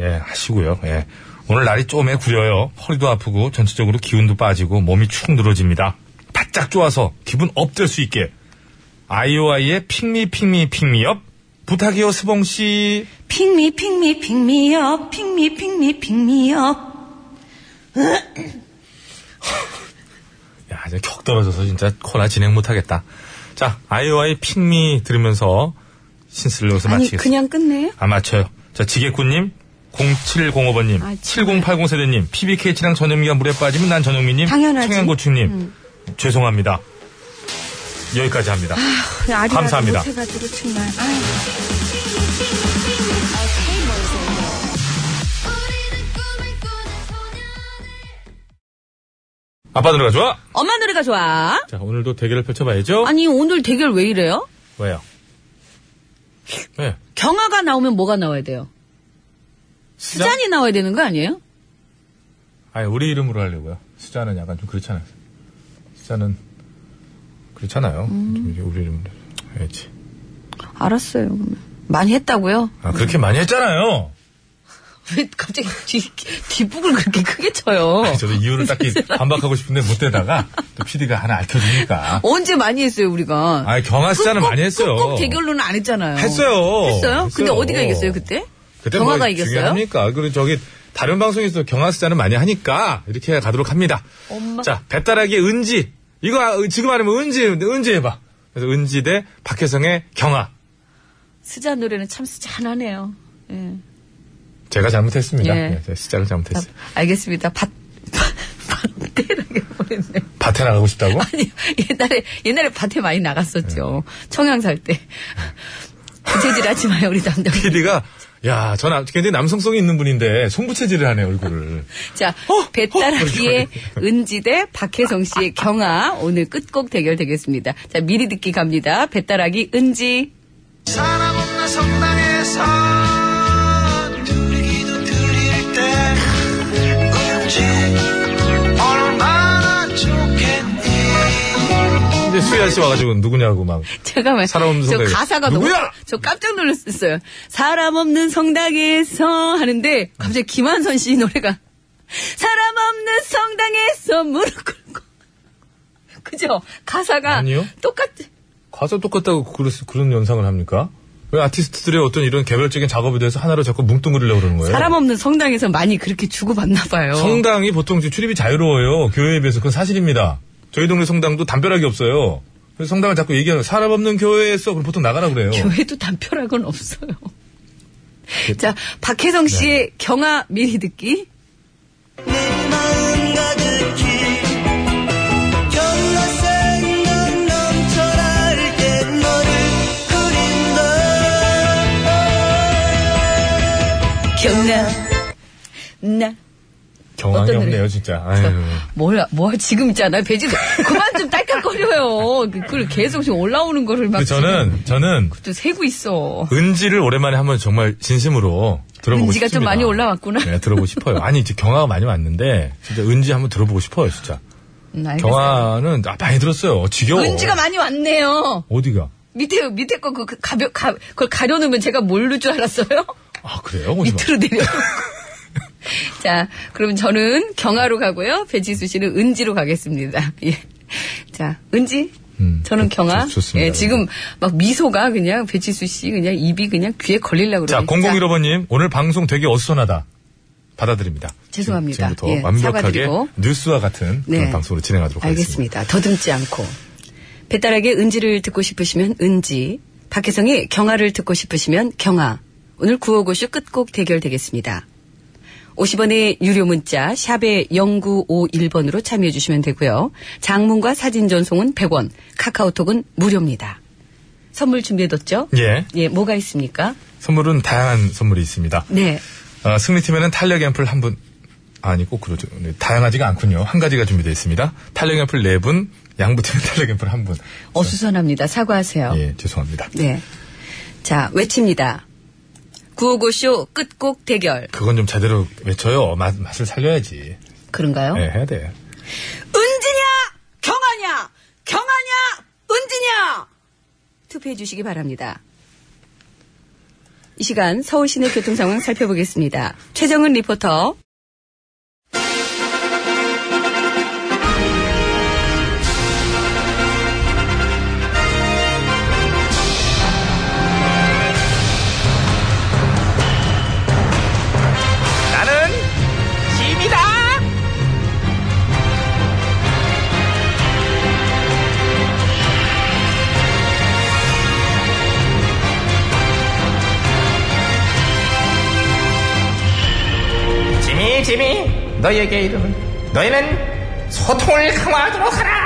Speaker 7: 예, 하시고요. 예. 오늘 날이 좀에 구려요. 허리도 아프고 전체적으로 기운도 빠지고 몸이 축 늘어집니다. 바짝 좋아서 기분 업될 수 있게 아이오아이의 핑미 핑미 핑미업 부탁이요 스봉 씨.
Speaker 2: 핑미 핑미 핑미업 핑미 핑미 핑미업
Speaker 7: 야, 이제 격 떨어져서 진짜 코나 진행 못 하겠다. 자, 아이오아이 핑미 들으면서 신스를 여기서
Speaker 2: 아니
Speaker 7: 네, 마치겠습니다.
Speaker 2: 그냥 끝내요?
Speaker 7: 아, 맞춰요. 자, 지게꾼님, 0705번님,
Speaker 2: 아,
Speaker 7: 7080세대님, PBK치랑 전영미가 물에 빠지면 난 전영미님,
Speaker 2: 당연하지. 음.
Speaker 7: 청양고추님, 죄송합니다. 여기까지 합니다.
Speaker 2: 그 아리아를
Speaker 7: 감사합니다.
Speaker 2: 못해가지고 정말 아유.
Speaker 7: 아빠 노래가 좋아!
Speaker 2: 엄마 노래가 좋아.
Speaker 7: 자, 오늘도 대결을 펼쳐봐야죠.
Speaker 2: 아니 오늘 대결 왜 이래요?
Speaker 7: 왜요? 네.
Speaker 2: 경아가 나오면 뭐가 나와야 돼요?
Speaker 7: 수잔?
Speaker 2: 수잔이 나와야 되는 거 아니에요?
Speaker 7: 아니, 우리 이름으로 하려고요. 수잔은 약간 좀 그렇잖아요. 수잔은 그렇잖아요.
Speaker 2: 음.
Speaker 7: 좀 이제 우리 이름으로 해야지.
Speaker 2: 알았어요. 그러면. 많이 했다고요?
Speaker 7: 아, 그렇게 많이 했잖아요.
Speaker 2: 왜 갑자기 뒤, 뒷북을 그렇게 크게 쳐요?
Speaker 7: 아니, 저도 이유를 딱히 반박하고 싶은데 못 되다가 또 PD가 하나 알려주니까.
Speaker 2: 언제 많이 했어요 우리가?
Speaker 7: 아니, 경아 씨는
Speaker 2: 끝곡-
Speaker 7: 많이 했어요.
Speaker 2: 끝곡 대결로는 안 했잖아요.
Speaker 7: 했어요.
Speaker 2: 했어요? 근데
Speaker 7: 했어요.
Speaker 2: 어디가 이겼어요 그때?
Speaker 7: 그때
Speaker 2: 경화가
Speaker 7: 뭐
Speaker 2: 이겼어요?
Speaker 7: 중요합니까? 그리고 저기 다른 방송에서 경화 수자는 많이 하니까 이렇게 가도록 합니다.
Speaker 2: 엄마.
Speaker 7: 자, 배따라기의 은지. 이거 아, 어, 지금 아니면 은지, 은지 해봐. 그래서 은지 대 박혜성의 경화.
Speaker 2: 수잔 노래는 참 수잔하네요. 예.
Speaker 7: 제가 잘못했습니다.
Speaker 2: 예. 아.
Speaker 7: 예, 제가 시작을 잘못했어요.
Speaker 2: 알겠습니다. 밭, 밭, 밭대라게 보냈네.
Speaker 7: 밭에 나가고 싶다고?
Speaker 2: 아니, 옛날에, 옛날에 밭에 많이 나갔었죠.
Speaker 7: 네.
Speaker 2: 청양 살 때. 부채질 하지 마요, 우리 남자.
Speaker 7: PD가 야, 전 아- 굉장히 남성성이 있는 분인데 손부채질을 하네 얼굴을.
Speaker 2: 자,
Speaker 7: 어,
Speaker 2: 배따라기의 은지대 박혜성 씨의 경아. 오늘 끝곡 대결 되겠습니다. 자, 미리 듣기 갑니다. 배따라기 은지.
Speaker 13: 사람 없는 성당에서 들리기도 들릴 때 어찌 얼마나 좋겠니
Speaker 7: 이제 수혜아 씨 와가지고 누구냐고 막.
Speaker 2: 잠깐만.
Speaker 7: 사람 없는
Speaker 2: 저
Speaker 7: 성당에-
Speaker 2: 가사가 너무.
Speaker 7: 누구야?
Speaker 2: 저 깜짝 놀랐어요. 사람 없는 성당에서 하는데 갑자기 김한선 씨 노래가 사람 없는 성당에서 무릎 꿇고. 그죠? 가사가
Speaker 7: 아니요.
Speaker 2: 똑같지.
Speaker 7: 과자 똑같다고 그런, 그런 연상을 합니까? 왜 아티스트들의 어떤 이런 개별적인 작업에 대해서 하나로 자꾸 뭉뚱그리려고 그러는 거예요? 어.
Speaker 2: 사람 없는 성당에서 많이 그렇게 주고받나 봐요.
Speaker 7: 네. 성당이 보통 지금 출입이 자유로워요. 교회에 비해서 그건 사실입니다. 저희 동네 성당도 담벼락이 없어요. 그래서 성당을 자꾸 얘기하는 사람 없는 교회에서 그럼 보통 나가라 그래요.
Speaker 2: 교회도 담벼락은 없어요. 자, 박혜성 씨의
Speaker 7: 네.
Speaker 2: 경아 미리 듣기.
Speaker 13: 내 마음 가득히 겨울날 생각 넘쳐날 때 너를 그린다
Speaker 2: 경아. 나.
Speaker 7: 경황이
Speaker 2: 어떤
Speaker 7: 없네요,
Speaker 2: 노래?
Speaker 7: 진짜. 아유.
Speaker 2: 뭐야, 뭐야, 지금 있잖아. 배지, 그만 좀 딸깍거려요. 그걸 계속 지금 올라오는 거를 막.
Speaker 7: 근데 그 저는, 저는
Speaker 2: 지금 또 세고 있어.
Speaker 7: 은지를 오랜만에 한번 정말 진심으로 들어보고
Speaker 2: 은지가 좀
Speaker 7: 싶습니다.
Speaker 2: 많이 올라왔구나.
Speaker 7: 네, 들어보고 싶어요. 아니, 이제 경화가 많이 왔는데, 진짜 은지 한번 들어보고 싶어요, 진짜.
Speaker 2: 음, 알겠어요.
Speaker 14: 경화는 아, 많이 들었어요. 지겨워.
Speaker 2: 먼지가 많이 왔네요.
Speaker 14: 어디가?
Speaker 2: 밑에 밑에 거 그 가벼 가 그걸 가려놓으면 제가 모를 줄 알았어요.
Speaker 14: 아 그래요? 오지 마.
Speaker 2: 밑으로 내려. 자, 그럼 저는 경화로 가고요. 배지수 씨는 은지로 가겠습니다. 예. 자, 은지. 저는 경화.
Speaker 14: 음, 좋- 좋습니다.
Speaker 2: 예, 지금 막 미소가 그냥 배지수 씨 그냥 입이 그냥 귀에 걸리려고
Speaker 14: 자,
Speaker 2: 그러네.
Speaker 14: 0015번님 오늘 방송 되게 어수선하다. 받아드립니다.
Speaker 2: 죄송합니다.
Speaker 14: 지금부터
Speaker 2: 예,
Speaker 14: 완벽하게
Speaker 2: 사과드리고.
Speaker 14: 뉴스와 같은 그런
Speaker 2: 네.
Speaker 14: 방송으로 진행하도록 하겠습니다.
Speaker 2: 알겠습니다. 더듬지 않고. 배따락의 은지를 듣고 싶으시면 은지, 박혜성의 경화를 듣고 싶으시면 경화. 오늘 955쇼 끝곡 대결 되겠습니다. 50원의 유료 문자 샵에 0951번으로 참여해 주시면 되고요. 장문과 사진 전송은 100원, 카카오톡은 무료입니다. 선물 준비해뒀죠?
Speaker 14: 예.
Speaker 2: 예, 뭐가 있습니까?
Speaker 14: 선물은 다양한 선물이 있습니다.
Speaker 2: 네.
Speaker 14: 아, 승리팀에는 탄력 앰플 한 분, 아니, 꼭 그러죠. 네, 다양하지가 않군요. 한 가지가 준비되어 있습니다. 탄력 앰플 네 분, 양부팀은 탄력 앰플 한 분.
Speaker 2: 어수선합니다. 사과하세요.
Speaker 14: 예, 죄송합니다.
Speaker 2: 네. 자, 외칩니다. 955쇼 끝곡 대결.
Speaker 14: 그건 좀 제대로 외쳐요. 맛, 맛을 살려야지.
Speaker 2: 그런가요?
Speaker 14: 예,
Speaker 7: 네.
Speaker 14: 해야 돼.
Speaker 2: 은지냐 경아냐 경아냐 은지냐 투표해 주시기 바랍니다. 이 시간 서울 시내 교통 상황 살펴보겠습니다. 최정은 리포터.
Speaker 7: 나는 짐이다. 짐이 짐이 너희에게 이름은 너희는 소통을 강화하도록 하라.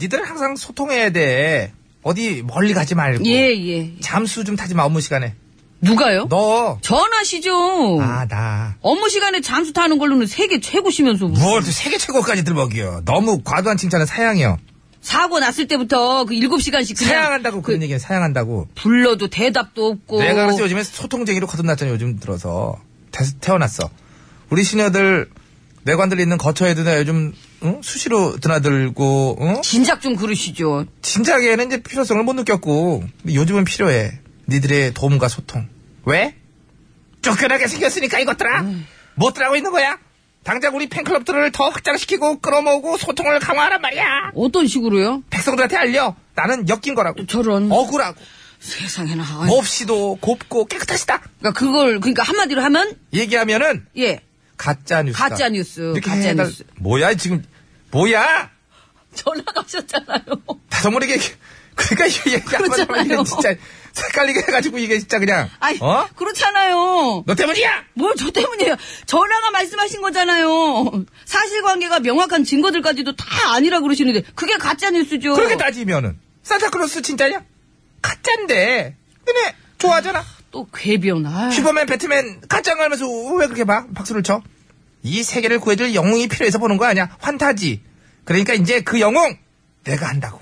Speaker 7: 니들 항상 소통해야 돼. 어디 멀리 가지 말고.
Speaker 2: 예예.
Speaker 7: 잠수 좀 타지 마 업무 시간에.
Speaker 15: 누가요?
Speaker 7: 너.
Speaker 15: 전하시죠.
Speaker 7: 아 나.
Speaker 15: 업무 시간에 잠수 타는 걸로는 세계 최고시면서 무슨
Speaker 7: 무얼 또 세계 최고까지 들먹여. 너무 과도한 칭찬은 사양이요.
Speaker 15: 사고 났을 때부터 그 7시간씩 그냥
Speaker 7: 사양한다고 그런 얘기는 사양한다고.
Speaker 15: 불러도 대답도
Speaker 2: 어.
Speaker 15: 없고
Speaker 7: 내가 그래서 요즘에 소통쟁이로 거듭났잖아 요즘 들어서 태, 태어났어 우리 시녀들 뇌관들 있는 거처에도 내가 요즘 응? 수시로 드나들고 응?
Speaker 15: 진작 좀 그러시죠.
Speaker 7: 진작에는 이제 필요성을 못 느꼈고 근데 요즘은 필요해 니들의 도움과 소통 왜? 쫓겨나게 생겼으니까 이것들아
Speaker 15: 음.
Speaker 7: 못 들하고 있는 거야 당장 우리 팬클럽들을 더 확장시키고 끌어모으고 소통을 강화하란 말이야
Speaker 15: 어떤 식으로요?
Speaker 7: 백성들한테 알려 나는 엮인 거라고
Speaker 15: 저런
Speaker 7: 억울하고
Speaker 15: 세상에나.
Speaker 7: 어?
Speaker 15: 아이,
Speaker 7: 몹시도 곱고 깨끗하시다
Speaker 15: 그러니까 그걸 그러니까 한마디로 하면
Speaker 7: 얘기하면은
Speaker 15: 예.
Speaker 7: 가짜 뉴스.
Speaker 15: 가짜 뉴스.
Speaker 7: 이렇게
Speaker 15: 가짜
Speaker 7: 해달-
Speaker 15: 뉴스.
Speaker 7: 뭐야 지금 뭐야?
Speaker 15: 전화 가셨잖아요.
Speaker 7: 다섯 모르게 얘기- 그러니까 이 얘기 한번 하면 이게
Speaker 15: 그렇잖아요.
Speaker 7: 진짜 색깔리게 해가지고 이게 진짜 그냥
Speaker 15: 아니,
Speaker 7: 어?
Speaker 15: 그렇잖아요.
Speaker 7: 너 때문이야.
Speaker 15: 뭘 저 때문이에요. 전화가 말씀하신 거잖아요. 사실관계가 명확한 증거들까지도 다 아니라 그러시는데 그게 가짜 뉴스죠.
Speaker 7: 그렇게 따지면은 산타클로스 진짜냐? 가짜인데. 근데 좋아하잖아.
Speaker 15: 또 괴변. 아.
Speaker 7: 슈퍼맨, 배트맨 가짜가 하면서 왜 그렇게 막 박수를 쳐? 이 세계를 구해줄 영웅이 필요해서 보는 거 아니야? 환타지. 그러니까 이제 그 영웅 내가 한다고.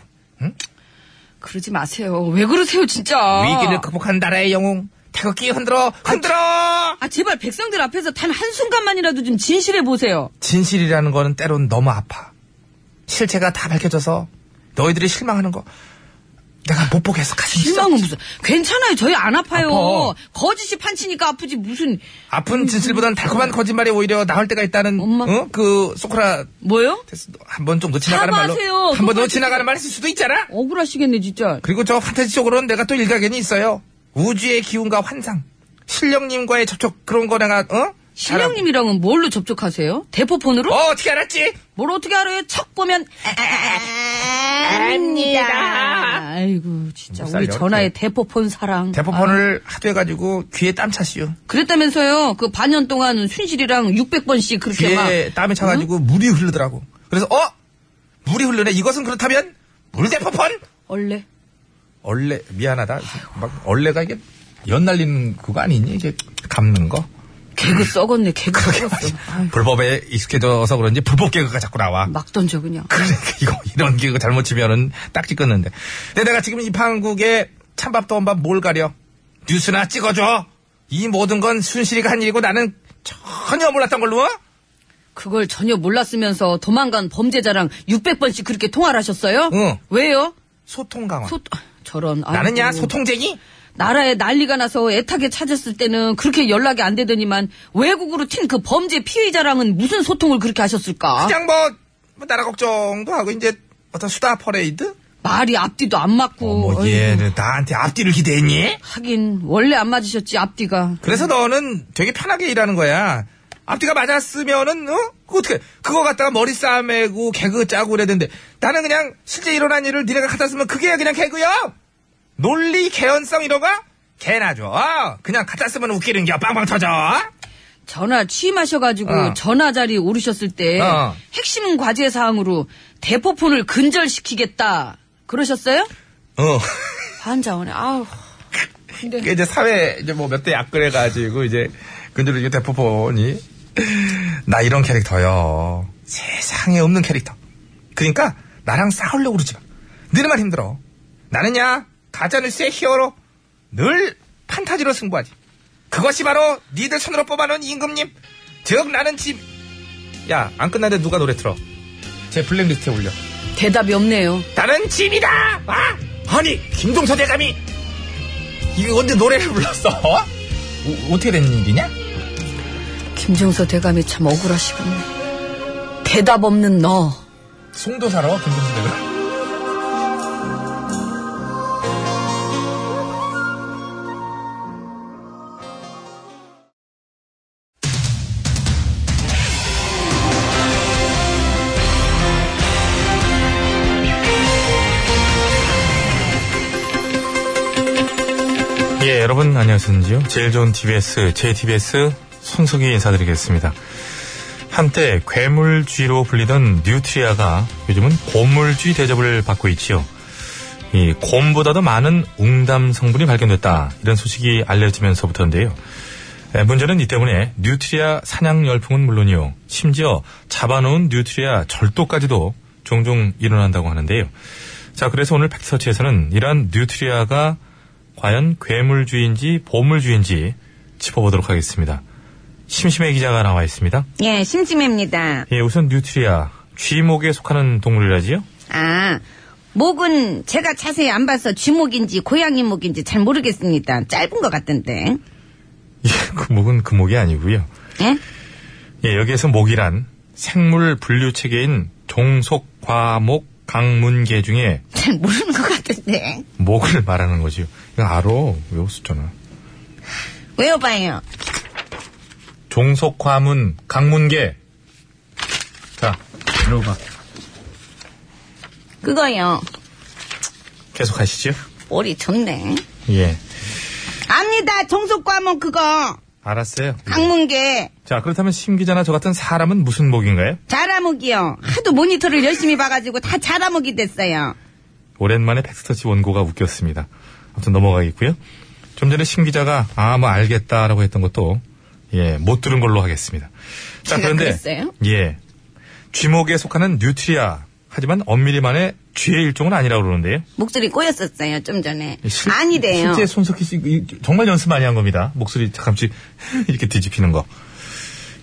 Speaker 15: 그러지 마세요. 왜 그러세요, 진짜.
Speaker 7: 위기를 극복한 나라의 영웅. 태극기 흔들어 흔들어.
Speaker 15: 아, 제발 백성들 앞에서 단 한순간만이라도 좀 진실해 보세요.
Speaker 7: 진실이라는 거는 때론 너무 아파. 실체가 다 밝혀져서 너희들이 실망하는 거 내가 못 보겠어. 가슴이
Speaker 15: 실망은 무슨. 괜찮아요. 저희 안 아파요.
Speaker 7: 아파.
Speaker 15: 거짓이 판치니까 아프지 무슨
Speaker 7: 아픈 진실보다는 달콤한 거짓말이 오히려 나올 때가 있다는
Speaker 15: 음. 엄마.
Speaker 7: 어? 그 소크라테스
Speaker 15: 뭐요?
Speaker 7: 한번 정도 지나가는 말로
Speaker 15: 사과하세요.
Speaker 7: 한 번 더
Speaker 15: 소크라테스.
Speaker 7: 지나가는 말일 수도 있잖아.
Speaker 15: 억울하시겠네, 진짜.
Speaker 7: 그리고 저 판타지 쪽으로는 내가 또 일가견이 있어요. 우주의 기운과 환상, 신령님과의 접촉 그런 거 내가 어?
Speaker 15: 신령님이랑은 뭘로 접촉하세요? 대포폰으로?
Speaker 7: 어 어떻게 알았지?
Speaker 15: 뭘 어떻게 알아요? 척 보면
Speaker 7: 압니다.
Speaker 15: 아이고 진짜
Speaker 7: 못 살려,
Speaker 15: 우리 전화의
Speaker 7: 이렇게.
Speaker 15: 대포폰 사랑.
Speaker 7: 대포폰을 하도 해가지고 귀에 땀 차시오.
Speaker 15: 아, 그랬다면서요? 그 반년 동안 순실이랑 600번씩 그렇게 막
Speaker 7: 귀에 땀이 차가지고 물이 흐르더라고. 그래서 어 물이 흐르네. 이것은 그렇다면 물대포폰.
Speaker 15: 얼레.
Speaker 7: 얼레 미안하다. 막 얼레가 이게 연날리는 그거 아니니? 이게 감는 거.
Speaker 15: 개그 썩었네. 개그
Speaker 2: 그렇죠.
Speaker 15: 썩었어. 아유,
Speaker 7: 불법에 익숙해져서 그런지 불법 개그가 자꾸 나와.
Speaker 15: 막 던져 그냥.
Speaker 7: 그러니까 이거 이런 개그 잘못 치면은 딱지 끊는데. 근데 내가 지금 이 판국에 찬밥 더운 밥 뭘 가려? 뉴스나 찍어줘. 이 모든 건 순실이가 한 일이고 나는 전혀 몰랐던 걸로. 어?
Speaker 2: 그걸 전혀 몰랐으면서 도망간 범죄자랑 600번씩 그렇게 통화를 하셨어요?
Speaker 11: 응.
Speaker 2: 왜요?
Speaker 11: 소통 강화.
Speaker 2: 소 저런.
Speaker 11: 나는 야
Speaker 2: 아이고.
Speaker 11: 소통쟁이?
Speaker 2: 나라에 난리가 나서 애타게 찾았을 때는 그렇게 연락이 안 되더니만 외국으로 튄 그 범죄 피의자랑은 무슨 소통을 그렇게 하셨을까?
Speaker 11: 그냥 뭐, 뭐 나라 걱정도 하고 이제 어떤 수다 퍼레이드?
Speaker 2: 말이 앞뒤도 안 맞고.
Speaker 11: 뭐
Speaker 2: 어이구.
Speaker 11: 얘는 나한테 앞뒤를 기대했니?
Speaker 2: 하긴 원래 안 맞으셨지 앞뒤가.
Speaker 11: 그래서 너는 되게 편하게 일하는 거야. 앞뒤가 맞았으면은 어? 그거 어떻게 그거 갖다가 머리 싸매고 개그 짜고 그래야 되는데 나는 그냥 실제 일어난 일을 니네가 갖다 쓰면 그게 그냥 개그야. 논리 개연성 이런 거 개나 줘. 어, 그냥 갖다 쓰면 웃기는 게 빵빵 터져.
Speaker 2: 전화 취임하셔가지고
Speaker 11: 어.
Speaker 2: 전화 자리 오르셨을 때
Speaker 11: 어.
Speaker 2: 핵심 과제 사항으로 대포폰을 근절시키겠다 그러셨어요?
Speaker 11: 어.
Speaker 2: 반자원에 아우 근데
Speaker 11: 이게 이제 사회 이제 뭐 몇 대 약근해 가지고 이제 근데로 이게 대포폰이 나 이런 캐릭터요. 세상에 없는 캐릭터. 그러니까 나랑 싸우려고 그러지 마. 너네만 힘들어. 나는야 가짜뉴스의 히어로 늘 판타지로 승부하지. 그것이 바로 니들 손으로 뽑아놓은 임금님. 즉 나는 집. 야 안 끝났는데 누가 노래 틀어? 제 블랙리스트에 올려.
Speaker 2: 대답이 없네요.
Speaker 11: 나는 짐이다! 아! 아니, 김동서 대감이! 이거 언제 노래를 불렀어? 어? 떻게 된 일이냐?
Speaker 2: 김종서 대감이 참 억울하시군요. 대답 없는 너.
Speaker 11: 송도사로, 김동서 대감.
Speaker 7: 예, 여러분 안녕하세요. 제일 좋은 TBS, JTBS 손석희 인사드리겠습니다. 한때 괴물쥐로 불리던 뉴트리아가 요즘은 고물쥐 대접을 받고 있지요. 이 곰보다도 많은 웅담 성분이 발견됐다. 이런 소식이 알려지면서부터인데요. 에, 문제는 이 때문에 뉴트리아 사냥 열풍은 물론이요. 심지어 잡아놓은 뉴트리아 절도까지도 종종 일어난다고 하는데요. 자, 그래서 오늘 팩트서치에서는 이러한 뉴트리아가 과연 괴물주인지 보물주인지 짚어보도록 하겠습니다. 심심해 기자가 나와 있습니다.
Speaker 16: 예, 심심해입니다.
Speaker 7: 예, 우선 뉴트리아. 쥐목에 속하는 동물이라지요?
Speaker 16: 아, 목은 제가 자세히 안 봐서 쥐목인지 고양이 목인지 잘 모르겠습니다. 짧은 것 같던데.
Speaker 7: 예, 그 목은 그 목이 아니고요.
Speaker 16: 예?
Speaker 7: 예, 여기에서 목이란 생물 분류 체계인 종속, 과목, 강문계 중에
Speaker 16: 잘 모르는 것 같던데.
Speaker 7: 목을 말하는 거지요. 이거 알아. 외웠었잖아.
Speaker 16: 외워봐요.
Speaker 7: 종속, 과문, 강문계. 자, 들어봐.
Speaker 16: 그거요.
Speaker 7: 계속 하시죠.
Speaker 16: 머리 좋네.
Speaker 7: 예,
Speaker 16: 압니다. 종속과목 그거.
Speaker 7: 알았어요.
Speaker 16: 강문계.
Speaker 7: 자, 그렇다면 심 기자나 저 같은 사람은 무슨 목인가요?
Speaker 16: 자라목이요. 하도 모니터를 열심히 봐가지고 다 자라목이 됐어요.
Speaker 7: 오랜만에 팩스터치 원고가 웃겼습니다. 아무튼 넘어가겠고요. 좀 전에 심 기자가 아 뭐 알겠다라고 했던 것도 예 못 들은 걸로 하겠습니다. 자
Speaker 16: 제가
Speaker 7: 그런데
Speaker 16: 그랬어요?
Speaker 7: 예 쥐목에 속하는 뉴트리아 하지만 엄밀히 말해 쥐의 일종은 아니라고 그러는데요.
Speaker 16: 목소리 꼬였었어요. 좀 전에.
Speaker 7: 예, 실-
Speaker 16: 아니래요.
Speaker 7: 실제 손석희 씨 이- 정말 연습 많이 한 겁니다. 목소리 잠깐씩 이렇게 뒤집히는 거.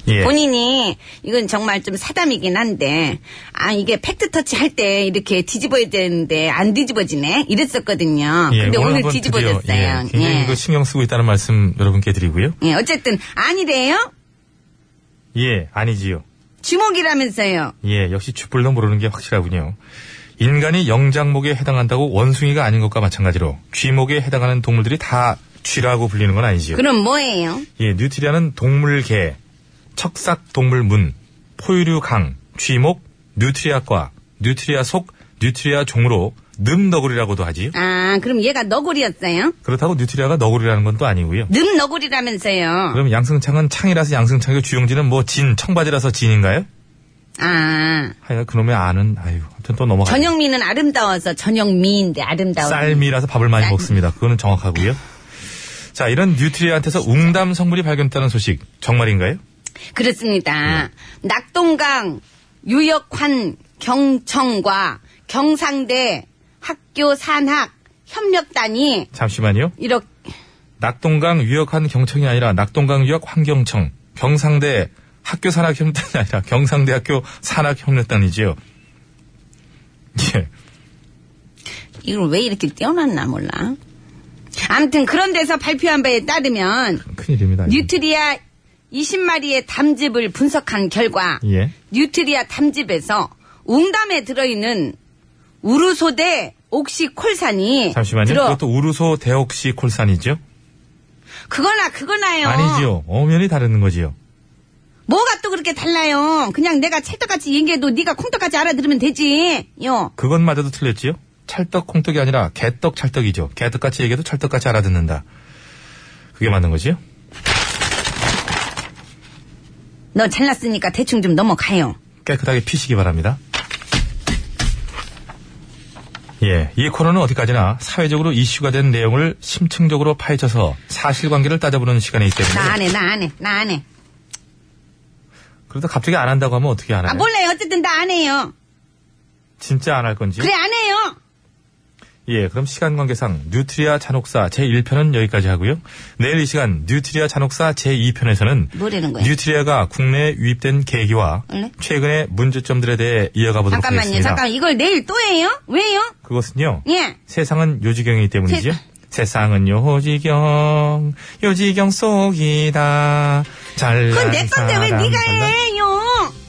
Speaker 7: 예.
Speaker 16: 본인이 이건 정말 좀 사담이긴 한데 아 이게 팩트 터치 할 때 이렇게 뒤집어야 되는데 안 뒤집어지네 이랬었거든요.
Speaker 7: 예,
Speaker 16: 근데 오늘
Speaker 7: 한번
Speaker 16: 뒤집어졌어요.
Speaker 7: 드디어, 예,
Speaker 16: 예.
Speaker 7: 굉장히 이거 신경 쓰고 있다는 말씀 여러분께 드리고요.
Speaker 16: 예, 어쨌든 아니래요.
Speaker 7: 예, 아니지요.
Speaker 16: 주목이라면서요.
Speaker 7: 예, 역시 쥐뿔도 모르는 게 확실하군요. 인간이 영장목에 해당한다고 원숭이가 아닌 것과 마찬가지로 쥐목에 해당하는 동물들이 다 쥐라고 불리는 건 아니지요.
Speaker 16: 그럼 뭐예요?
Speaker 7: 예, 뉴트리아는 동물계, 척삭동물문, 포유류강, 쥐목, 뉴트리아과, 뉴트리아 속, 뉴트리아 종으로 늠너구리라고도 하지요.
Speaker 16: 아 그럼 얘가 너구리였어요?
Speaker 7: 그렇다고 뉴트리아가 너구리라는 건 또 아니고요.
Speaker 16: 늠 너구리라면서요.
Speaker 7: 그럼 양승창은 창이라서 양승창이고 주용진은 뭐 진, 청바지라서 진인가요? 그-
Speaker 16: 아
Speaker 7: 하여간 그놈의 아는, 아유, 아무튼 또 넘어가.
Speaker 16: 전영미는 아름다워서 전영미인데 아름다워.
Speaker 7: 쌀미라서 밥을 많이
Speaker 16: 쌀미.
Speaker 7: 먹습니다. 그거는 정확하고요. 자, 이런 뉴트리아한테서 웅담 성분이 발견됐다는 소식 정말인가요?
Speaker 16: 그렇습니다.
Speaker 7: 네.
Speaker 16: 낙동강, 유역환, 경청과 경상대 학교 산학 협력단이
Speaker 7: 잠시만요.
Speaker 16: 이렇게
Speaker 7: 낙동강 유역한 경청이 아니라 낙동강 유역 환경청, 경상대 학교 산학협력단이 아니라 경상대학교 산학협력단이지요. 예.
Speaker 17: 이걸 왜 이렇게 떼어놨나 몰라. 아무튼 그런 데서 발표한 바에 따르면
Speaker 7: 큰일입니다. 이거.
Speaker 17: 뉴트리아 20마리의 담즙을 분석한 결과
Speaker 7: 예.
Speaker 17: 뉴트리아 담즙에서 웅담에 들어있는 우르소대 옥시콜산이
Speaker 7: 잠시만요.
Speaker 17: 들어
Speaker 7: 그것도 우르소 대옥시 콜산이죠?
Speaker 17: 그거나 그거나요.
Speaker 7: 아니지요. 엄연히 다른 거지요.
Speaker 17: 뭐가 또 그렇게 달라요. 그냥 내가 찰떡같이 얘기해도 네가 콩떡같이 알아들으면 되지. 요.
Speaker 7: 그것마저도 틀렸지요? 찰떡 콩떡이 아니라 개떡 찰떡이죠. 개떡같이 얘기해도 찰떡같이 알아듣는다. 그게 맞는 거지요?
Speaker 17: 너 잘났으니까 대충 좀 넘어가요.
Speaker 7: 깨끗하게 피시기 바랍니다. 예, 이 코너는 어디까지나 사회적으로 이슈가 된 내용을 심층적으로 파헤쳐서 사실관계를 따져보는 시간이기 때문에
Speaker 17: 나 안 해, 나 안 해, 나 안 해.
Speaker 7: 그러다 갑자기 안 한다고 하면 어떻게 안 해요?
Speaker 17: 아, 몰라요. 어쨌든 나 안 해요.
Speaker 7: 진짜 안 할 건지?
Speaker 17: 그래, 안 해요.
Speaker 7: 예, 그럼 시간 관계상 뉴트리아 잔혹사 제1편은 여기까지 하고요. 내일 이 시간 뉴트리아 잔혹사 제2편에서는
Speaker 17: 뭐라는 거야?
Speaker 7: 뉴트리아가 국내에 유입된 계기와
Speaker 17: 원래?
Speaker 7: 최근의 문제점들에 대해 이어가 보도록
Speaker 17: 네. 잠깐만요,
Speaker 7: 하겠습니다.
Speaker 17: 잠깐. 이걸 내일 또 해요? 왜요?
Speaker 7: 그것은요.
Speaker 17: 예.
Speaker 7: 세상은 요지경이기 때문이죠.
Speaker 17: 세-
Speaker 7: 세상은 요지경, 요지경 속이다. 잘난
Speaker 17: 그건 내 건데 왜
Speaker 7: 사람
Speaker 17: 네가
Speaker 7: 잘난-
Speaker 17: 해요?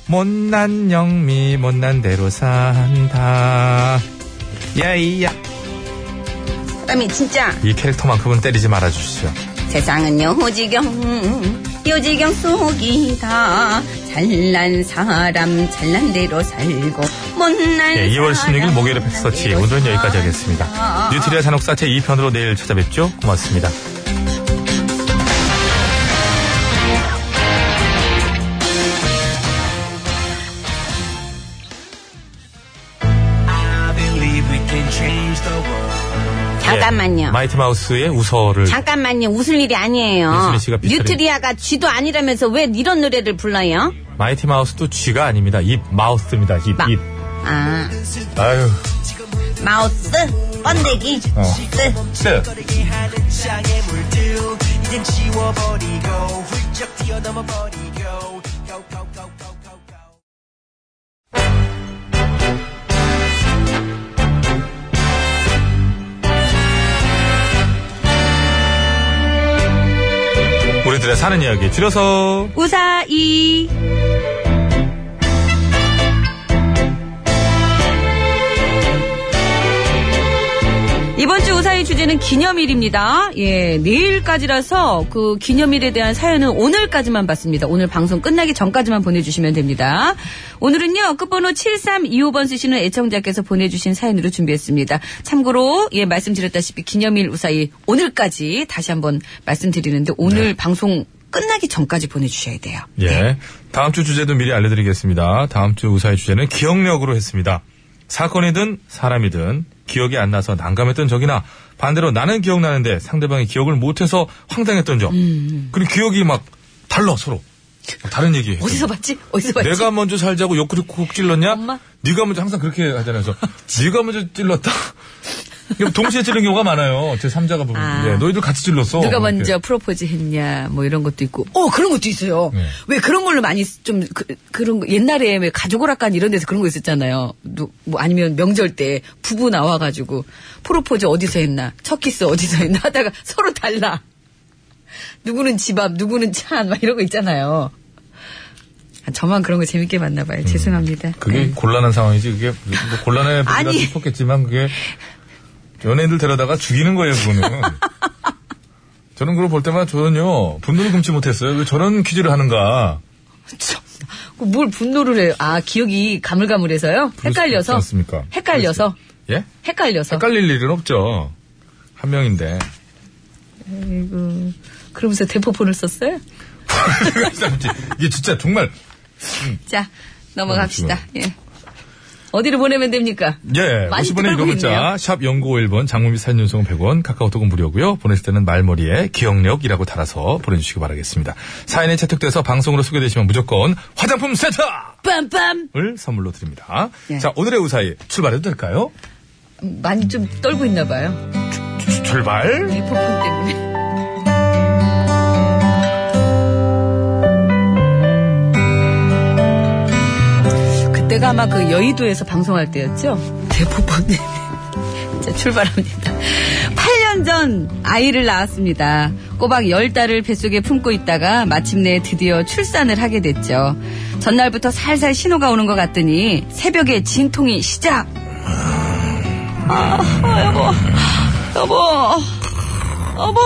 Speaker 7: 못난 영미 못난 대로 산다. 야이야.
Speaker 17: 사람이 진짜
Speaker 7: 이 캐릭터만큼은 때리지 말아주시죠.
Speaker 17: 세상은 요지경, 요지경 속이다. 잘난 사람 잘난 대로 살고 못난
Speaker 7: 예, 2월 16일
Speaker 17: 사람
Speaker 7: 목요일에 팩스터치. 오늘은 여기까지 하겠습니다. 뉴트리아 산업사 제2편으로 내일 찾아뵙죠. 고맙습니다.
Speaker 11: I believe we can change the world.
Speaker 17: 잠깐만요.
Speaker 7: 예, 마이티 마우스의 우서를.
Speaker 17: 잠깐만요. 웃을 일이 아니에요.
Speaker 7: 민수미 씨가 비틀이-
Speaker 17: 뉴트리아가 쥐도 아니라면서 왜 이런 노래를 불러요?
Speaker 7: 마이티 마우스도 쥐가 아닙니다. 입, 마우스입니다. 입,
Speaker 17: 마-
Speaker 7: 입.
Speaker 17: 아,
Speaker 7: 아유,
Speaker 17: 마우스, 번데기,
Speaker 7: 어.
Speaker 17: 쓰.
Speaker 7: 쓰.
Speaker 11: 꺼내기 하는 짱의 물들 이젠 지워버리고 훌쩍 뛰어넘어버리고 go, go, go, go, go, go.
Speaker 7: 우리들의 사는 이야기 줄여서
Speaker 2: 우사이. 이번 주 우사의 주제는 기념일입니다. 예, 내일까지라서 그 기념일에 대한 사연은 오늘까지만 받습니다. 오늘 방송 끝나기 전까지만 보내주시면 됩니다. 오늘은요, 끝번호 7325번 쓰시는 애청자께서 보내주신 사연으로 준비했습니다. 참고로, 예, 말씀드렸다시피 기념일 우사의 오늘까지 다시 한번 말씀드리는데 오늘 방송 끝나기 전까지 보내주셔야 돼요.
Speaker 7: 예. 다음 주 주제도 미리 알려드리겠습니다. 다음 주 우사의 주제는 기억력으로 했습니다. 사건이든 사람이든 기억이 안 나서 난감했던 적이나 반대로 나는 기억나는데 상대방이 기억을 못해서 황당했던
Speaker 2: 음,
Speaker 7: 적. 그리고 기억이 막 달라 서로. 막 다른 얘기. 해서.
Speaker 2: 어디서 봤지? 어디서 봤지?
Speaker 7: 내가 먼저 살자고 옆구리 콕 찔렀냐? 네가 먼저 항상 그렇게 하잖아요. 그래서 네가 먼저 찔렀다. 그럼 동시에 찔른 경우가 많아요. 제 3자가 부르는데
Speaker 2: 아.
Speaker 7: 너희들 같이 찔렀어.
Speaker 2: 누가
Speaker 7: 이렇게.
Speaker 2: 먼저 프로포즈 했냐 뭐 이런 것도 있고 어 그런 것도 있어요
Speaker 7: 네.
Speaker 2: 왜 그런 걸로 많이 쓰- 좀 그, 런 옛날에 왜 가족오락관 이런 데서 그런 거 있었잖아요 누- 뭐 아니면 명절 때 부부 나와가지고 프로포즈 어디서 했나 첫 키스 어디서 했나 하다가 서로 달라 누구는 집 앞 누구는 차 안 막 이런 거 있잖아요 아, 저만 그런 거 재밌게 봤나 봐요 죄송합니다
Speaker 7: 음. 그게
Speaker 2: 네.
Speaker 7: 곤란한 상황이지. 그게 뭐 곤란해 보기가
Speaker 2: 아니.
Speaker 7: 싶었겠지만 그게 연예인들 데려다가 죽이는 거예요, 그거는. 저는 그걸 볼 때마다 저는요, 분노를 금치 못했어요. 왜 저런 퀴즈를 하는가.
Speaker 2: 그뭘 분노를 해요 아 기억이 가물가물해서요
Speaker 7: 그렇지
Speaker 2: 헷갈려서
Speaker 7: 않습니까?
Speaker 2: 헷갈려서
Speaker 7: 예?
Speaker 2: 헷갈려서
Speaker 7: 헷갈릴 일은 없죠. 한 명인데.
Speaker 2: 아이고. 그러면서 대포폰을 썼어요?
Speaker 7: 이게 진짜 정말,
Speaker 2: 자, 넘어갑시다. 예. 어디로 보내면 됩니까?
Speaker 7: 예,
Speaker 2: 많이
Speaker 7: 50원의
Speaker 2: 떨고
Speaker 7: 유료 문자,
Speaker 2: 있네요.
Speaker 7: 샵 0951번, 장문비 사진 연속은 100원, 카카오톡은 무료고요 보내실 때는 말머리에 기억력이라고 달아서 보내주시기 바라겠습니다. 사연에 채택돼서 방송으로 소개되시면 무조건 화장품 세트!
Speaker 2: 빰빰!
Speaker 7: 을 선물로 드립니다.
Speaker 2: 예.
Speaker 7: 자, 오늘의 우사히 출발해도 될까요?
Speaker 2: 많이 좀 떨고 있나 봐요.
Speaker 7: 주- 출발!
Speaker 2: 대포폰 때문에. 저희가 아마 그 여의도에서 방송할 때였죠. 대포폰이. 자, 출발합니다. 8년 전 아이를 낳았습니다. 꼬박 10달을 뱃속에 품고 있다가 마침내 드디어 출산을 하게 됐죠. 전날부터 살살 신호가 오는 것 같더니 새벽에 진통이 시작. 아, 아, 여보. 여보. 여보.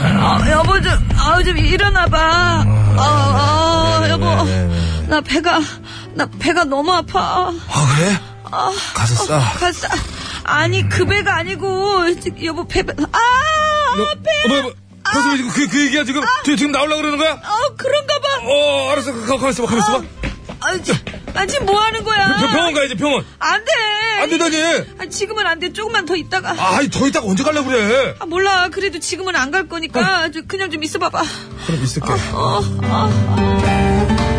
Speaker 2: 아, 여보 좀, 아, 좀 일어나봐. 아, 아,
Speaker 7: 네,
Speaker 2: 여보. 나 배가, 나 배가 너무 아파.
Speaker 1: 아 그래?
Speaker 2: 아,
Speaker 1: 가서 싸.
Speaker 2: 가서 싸. 아니, 그 배가 아니고, 여보, 배, 아!
Speaker 7: 너, 뭐, 가서 지금 그, 그 얘기야, 지금? 지- 지금 나오려고 그러는 거야?
Speaker 2: 어, 그런가 봐.
Speaker 7: 어, 알았어. 가, 가만 있어봐, 가만 있어봐.
Speaker 2: 아, 지- 아, 지금 뭐 하는 거야?
Speaker 7: 병- 병원 가야지, 병원.
Speaker 2: 안 돼.
Speaker 7: 안 되다니.
Speaker 2: 아, 지금은 안 돼. 조금만 더 있다가.
Speaker 7: 아, 아이, 더 있다가 언제 가려고 그래?
Speaker 2: 아, 몰라. 그래도 지금은 안 갈
Speaker 7: 아.
Speaker 2: 거니까, 저- 그냥 좀 있어봐봐.
Speaker 7: 그럼 있을게.
Speaker 2: 어, 어.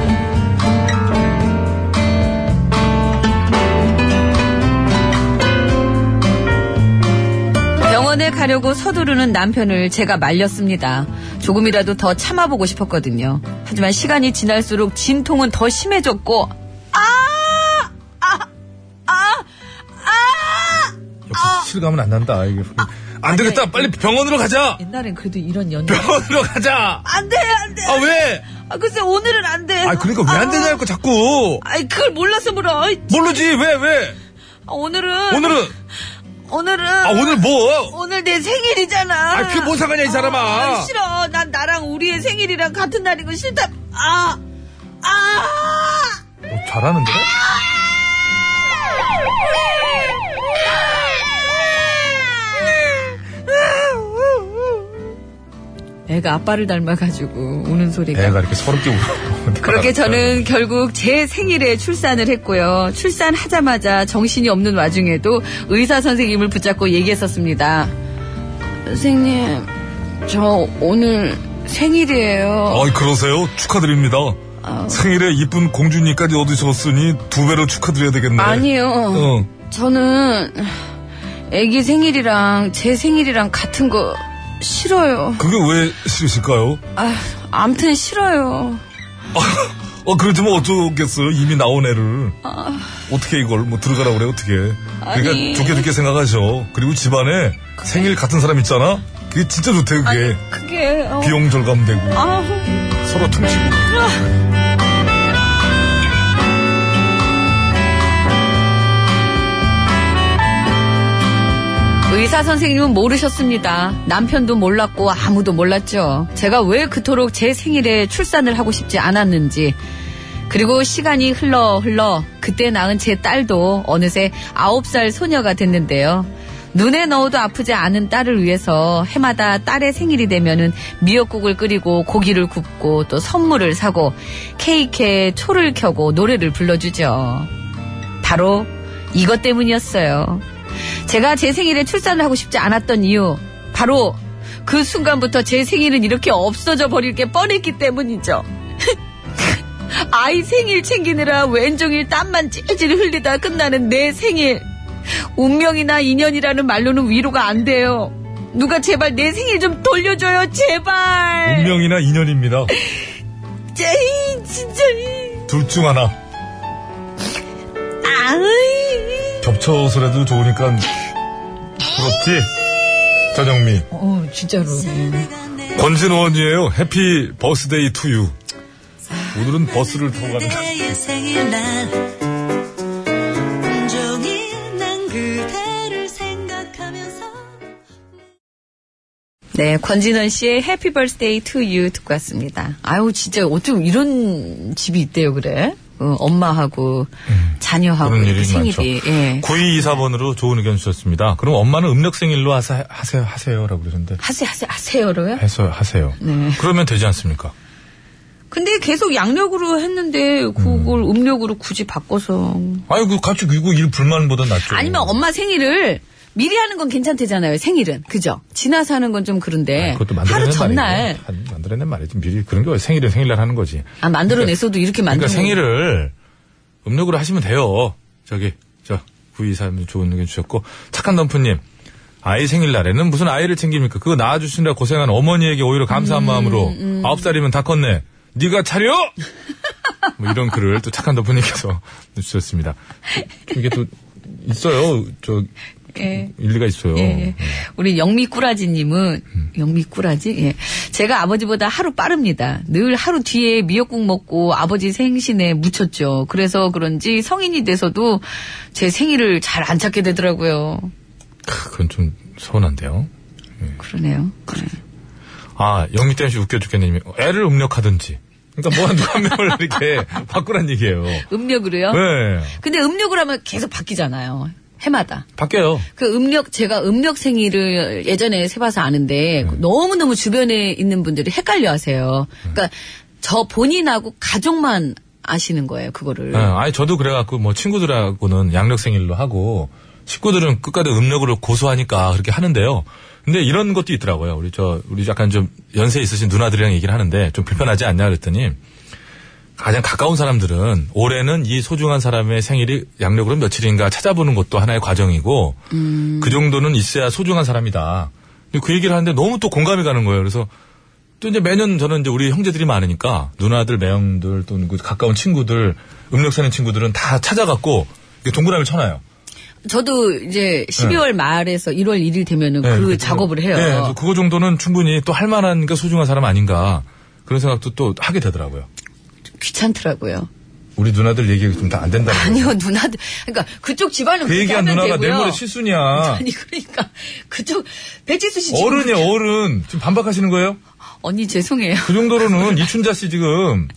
Speaker 2: 병원에 가려고 서두르는 남편을 제가 말렸습니다. 조금이라도 더 참아보고 싶었거든요. 하지만 시간이 지날수록 진통은 더 심해졌고, 아! 아! 아! 아!
Speaker 7: 역시 실감은 안 난다, 이게. 안 되겠다. 빨리 병원으로 가자.
Speaker 2: 옛날엔 그래도 이런 연기.
Speaker 7: 병원으로 가자.
Speaker 2: 안 돼, 안 돼!
Speaker 7: 아, 왜?
Speaker 2: 아, 글쎄, 오늘은 안 돼.
Speaker 7: 아, 그러니까 왜 안 되냐고, 자꾸.
Speaker 2: 아이, 그걸 몰라서 물어. 아이,
Speaker 7: 모르지, 왜, 왜?
Speaker 2: 아, 오늘은.
Speaker 7: 오늘은?
Speaker 2: 오늘은.
Speaker 7: 아, 오늘 뭐?
Speaker 2: 오늘 내 생일이잖아.
Speaker 7: 아, 그게 뭔 상관이야, 이 사람아.
Speaker 2: 아, 싫어. 난 나랑 우리의 생일이랑 같은 날인 거 싫다. 아, 아.
Speaker 7: 잘하는데?
Speaker 2: 애가 아빠를 닮아가지고 우는 소리가.
Speaker 7: 애가 이렇게 서럽게 울어.
Speaker 2: 그렇게 저는 결국 제 생일에 출산을 했고요. 출산하자마자 정신이 없는 와중에도 의사 선생님을 붙잡고 얘기했었습니다. 선생님, 저 오늘
Speaker 7: 어?
Speaker 2: 생일이에요.
Speaker 18: 아, 그러세요? 축하드립니다.
Speaker 10: 어.
Speaker 18: 생일에 이쁜 공주님까지 얻으셨으니 두 배로 축하드려야 되겠네.
Speaker 10: 아니요.
Speaker 18: 어.
Speaker 10: 저는 애기 생일이랑 제 생일이랑 같은 거 싫어요.
Speaker 18: 그게 왜 싫으실까요?
Speaker 10: 아, 암튼 싫어요.
Speaker 18: 어, 그렇지만 어쩌겠어요? 이미 나온 애를.
Speaker 10: 아,
Speaker 18: 어떻게 이걸 뭐 들어가라 그래, 어떻게. 그러니까
Speaker 10: 아니.
Speaker 18: 좋게 좋게 생각하셔. 그리고 집안에 생일 같은 사람 있잖아? 그게 진짜 좋대, 그게.
Speaker 10: 그게 어,
Speaker 18: 비용 절감되고.
Speaker 10: 아,
Speaker 18: 서로 퉁치고.
Speaker 2: 의사 선생님은 모르셨습니다. 남편도 몰랐고 아무도 몰랐죠. 제가 왜 그토록 제 생일에 출산을 하고 싶지 않았는지. 그리고 시간이 흘러 흘러 그때 낳은 제 딸도 어느새 9살 소녀가 됐는데요. 눈에 넣어도 아프지 않은 딸을 위해서 해마다 딸의 생일이 되면은 미역국을 끓이고 고기를 굽고 또 선물을 사고 케이크에 초를 켜고 노래를 불러주죠. 바로 이것 때문이었어요. 제가 제 생일에 출산을 하고 싶지 않았던 이유 바로 그 순간부터 제 생일은 이렇게 없어져 버릴 게 뻔했기 때문이죠. 아이 생일 챙기느라 왼종일 땀만 찔찔 흘리다 끝나는 내 생일. 운명이나 인연이라는 말로는 위로가 안 돼요. 누가 제발 내 생일 좀 돌려줘요, 제발.
Speaker 18: 운명이나 인연입니다.
Speaker 2: 제이, 진짜. 이.
Speaker 18: 둘 중 하나.
Speaker 2: 아이.
Speaker 18: 겹쳐서라도 좋으니까. 그렇지? 전영미.
Speaker 2: 어, 진짜로.
Speaker 18: 권진원이에요. 해피 버스데이 투유. 오늘은 버스를 타고 가는.
Speaker 19: 그대의 생일날 온종일 난 그대를 생각하면서
Speaker 2: 네, 권진원 씨의 해피 벌스데이 투 유 듣고 왔습니다. 아유, 진짜 어쩜 이런 집이 있대요, 그래? 어, 엄마하고 자녀하고
Speaker 7: 음, 그런
Speaker 2: 이렇게
Speaker 7: 일이 많죠.
Speaker 2: 아, 생일이. 예.
Speaker 7: 9224번으로 좋은 의견 주셨습니다. 그럼 엄마는 음력 생일로 하사, 하세요, 하세요. 라고 그러는데.
Speaker 2: 하세요, 하세요, 하세요로요?
Speaker 7: 해서 하세요.
Speaker 2: 네.
Speaker 7: 그러면 되지 않습니까?
Speaker 2: 근데 계속 양력으로 했는데 그걸 음. 력으로 굳이 바꿔서.
Speaker 7: 아니, 그 갑자기 이거 일 불만보다 낫죠.
Speaker 2: 아니면 엄마 생일을 미리 하는 건 괜찮대잖아요, 생일은. 그죠? 지나서 하는 건 좀 그런데.
Speaker 7: 아, 그것도
Speaker 2: 하루
Speaker 7: 만들어낸
Speaker 2: 전날.
Speaker 7: 말이고. 한- 만들어낸 말이지. 미리 그런 게 어디- 생일은 생일날 하는 거지.
Speaker 2: 아, 만들어냈어도 이렇게 만들어.
Speaker 7: 그러니까 생일을 음력으로 하시면 돼요. 저기, 저, 9224님 좋은 의견 주셨고. 착한 덤프님. 아이 생일날에는 무슨 아이를 챙깁니까? 그거 낳아주시느라
Speaker 2: 음,
Speaker 7: 고생한 어머니에게 오히려 감사한 마음으로 아홉 살이면 다 컸네. 네가 차려! 뭐 이런 글을 또 착한 도프님께서 주셨습니다. 이게 또 있어요. 저
Speaker 2: 예.
Speaker 7: 일리가 있어요. 음,
Speaker 2: 예, 예. 우리 영미꾸라지님은 영미꾸라지. 예. 제가 아버지보다 하루 빠릅니다. 늘 하루 뒤에 미역국 먹고 아버지 생신에 묻혔죠. 그래서 그런지 성인이 돼서도 제 생일을 잘 안 찾게 되더라고요.
Speaker 7: 크, 그건 좀 서운한데요.
Speaker 2: 그러네요.
Speaker 7: 아 영미 땜씨 웃겨 죽겠네님. 애를 음력하든지. 그러니까 뭐 누가 한 명을 이렇게 바꾸란 얘기예요.
Speaker 2: 음력으로요?
Speaker 7: 네.
Speaker 2: 근데 음력을 하면 계속 바뀌잖아요. 해마다.
Speaker 7: 바뀌어요.
Speaker 2: 그 음력 제가 음력 생일을 예전에 세봐서 아는데
Speaker 7: 네.
Speaker 2: 너무 너무 주변에 있는 분들이 헷갈려하세요. 그러니까 저 본인하고 가족만 아시는 거예요 그거를.
Speaker 7: 예, 아니 저도 그래갖고 뭐 친구들하고는 양력 생일로 하고 식구들은 끝까지 음력으로 고소하니까 그렇게 하는데요. 근데 이런 것도 있더라고요. 우리 저 우리 약간 좀 연세 있으신 누나들이랑 얘기를 하는데 좀 불편하지 않냐 그랬더니 가장 가까운 사람들은 올해는 이 소중한 사람의 생일이 양력으로 며칠인가 찾아보는 것도 하나의 과정이고 그 정도는 있어야 소중한 사람이다. 근데 그 얘기를 하는데 너무 또 공감이 가는 거예요. 그래서 또 이제 매년 저는 이제 우리 형제들이 많으니까 누나들, 매형들 또는 그 가까운 친구들, 음력 사는 친구들은 다 찾아갖고 이렇게 동그라미를 쳐놔요.
Speaker 2: 저도 이제 12월 말에서 1월 1일 되면은 그
Speaker 7: 그래서-
Speaker 2: 작업을 해요.
Speaker 7: 네, 그래서 그거 정도는 충분히 또 할 만한 그 소중한 사람 아닌가 그런 생각도 또 하게 되더라고요. 그
Speaker 2: 귀찮더라고요.
Speaker 7: 우리 누나들 얘기 좀 다 안 된다고.
Speaker 2: 아니요 누나들. 그러니까 그쪽 집안은
Speaker 7: 그
Speaker 2: 그렇게
Speaker 7: 얘기한
Speaker 2: 하면
Speaker 7: 누나가
Speaker 2: 되고요.
Speaker 7: 내 머리 실수냐.
Speaker 2: 아니 그러니까 그쪽 배치수 씨 지금
Speaker 7: 어른이 어른 지금 반박하시는 거예요?
Speaker 2: 언니 죄송해요.
Speaker 7: 그 정도로는 이춘자 씨 지금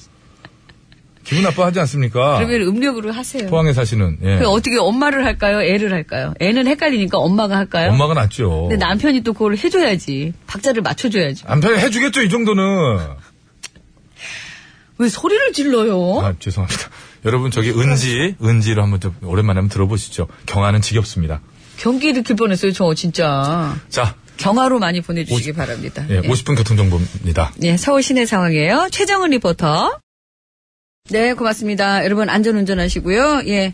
Speaker 7: 기분 나빠하지 않습니까?
Speaker 2: 그러면 음력으로 하세요.
Speaker 7: 포항에 사시는 예.
Speaker 2: 그 어떻게 엄마를 할까요? 애를 할까요? 애는 헷갈리니까 엄마가 할까요?
Speaker 7: 엄마가 낫죠.
Speaker 2: 근데 남편이 또 그걸 해줘야지. 박자를 맞춰줘야지.
Speaker 7: 남편이 해주겠죠 이 정도는.
Speaker 2: 왜 소리를 질러요?
Speaker 7: 아, 죄송합니다. 여러분, 저기 은지, 은지로 한번 좀 오랜만에 한번 들어보시죠. 경화는 지겹습니다.
Speaker 2: 경기 일으킬 뻔했어요, 저 진짜.
Speaker 7: 자,
Speaker 2: 경화로 많이 보내주시기 바랍니다.
Speaker 7: 예, 50분 교통정보입니다.
Speaker 2: 예, 서울 시내 상황이에요. 최정은 리포터. 네, 고맙습니다. 여러분 안전 운전하시고요. 예.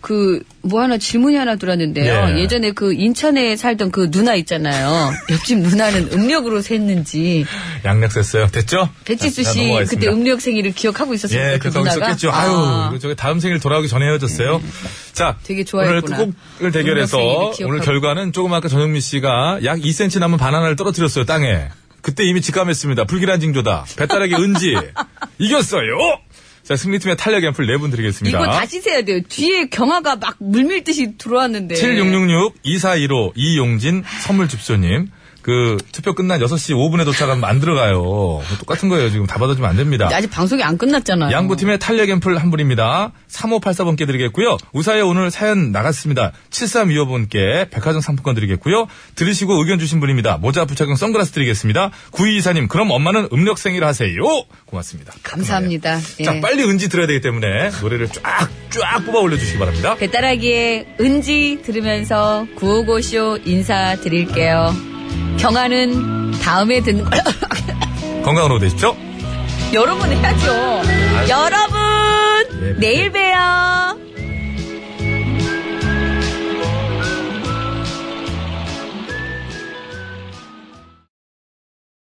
Speaker 2: 그, 뭐 하나 질문이 하나 들었는데요.
Speaker 20: 예.
Speaker 2: 예. 전에그 인천에 살던 그 누나 있잖아요. 옆집 누나는 음력으로 샜는지.
Speaker 7: 양력 셌어요. 됐죠?
Speaker 2: 배치수
Speaker 7: 자, 자,
Speaker 2: 씨
Speaker 7: 아, 넘어가겠습니다.
Speaker 2: 그때 음력 생일을 기억하고 있었습니까?
Speaker 7: 예,
Speaker 2: 그
Speaker 7: 그렇다고
Speaker 2: 누나가?
Speaker 7: 있었겠죠.
Speaker 2: 아. 네.
Speaker 7: 아유, 이거 저기 다음 생일 돌아오기 전에 헤어졌어요. 자,
Speaker 2: 되게
Speaker 7: 오늘
Speaker 2: 좋아했구나.
Speaker 7: 뚜껑을 대결해서
Speaker 2: 음력 생일을 기억하고.
Speaker 7: 오늘 결과는 조금 아까 전영미 씨가 약 2cm 남은 바나나를 떨어뜨렸어요, 땅에. 그때 이미 직감했습니다. 불길한 징조다. 배따라기 은지. 이겼어요! 자, 승리팀의 탄력 앰플 네 분 드리겠습니다.
Speaker 2: 이거 다시 세야 돼요. 뒤에 경화가 막 물밀듯이 들어왔는데.
Speaker 7: 7666-2415 이용진 선물 집소님. 그 투표 끝난 6시 5분에 도착하면 안 들어가요. 그거 똑같은 거예요. 지금 다 받아주면 안 됩니다.
Speaker 2: 아직 방송이 안 끝났잖아요.
Speaker 7: 양보팀의 탄력 앰플 한 분입니다. 3584번께 드리겠고요. 우사에 오늘 사연 나갔습니다. 7325번께 백화점 상품권 드리겠고요. 들으시고 의견 주신 분입니다. 모자 부착용 선글라스 드리겠습니다. 9224님 그럼 엄마는 음력생일 하세요. 고맙습니다.
Speaker 2: 감사합니다. 예.
Speaker 7: 자 빨리 은지 들어야 되기 때문에 노래를 쫙쫙 뽑아 올려주시기 바랍니다.
Speaker 2: 네. 배따라기의 은지 들으면서 955쇼 인사드릴게요. 경화는 다음에 듣는 걸
Speaker 7: 건강으로 되십시오. 네,
Speaker 2: 여러분 해야죠. 여러분 내일 봬요.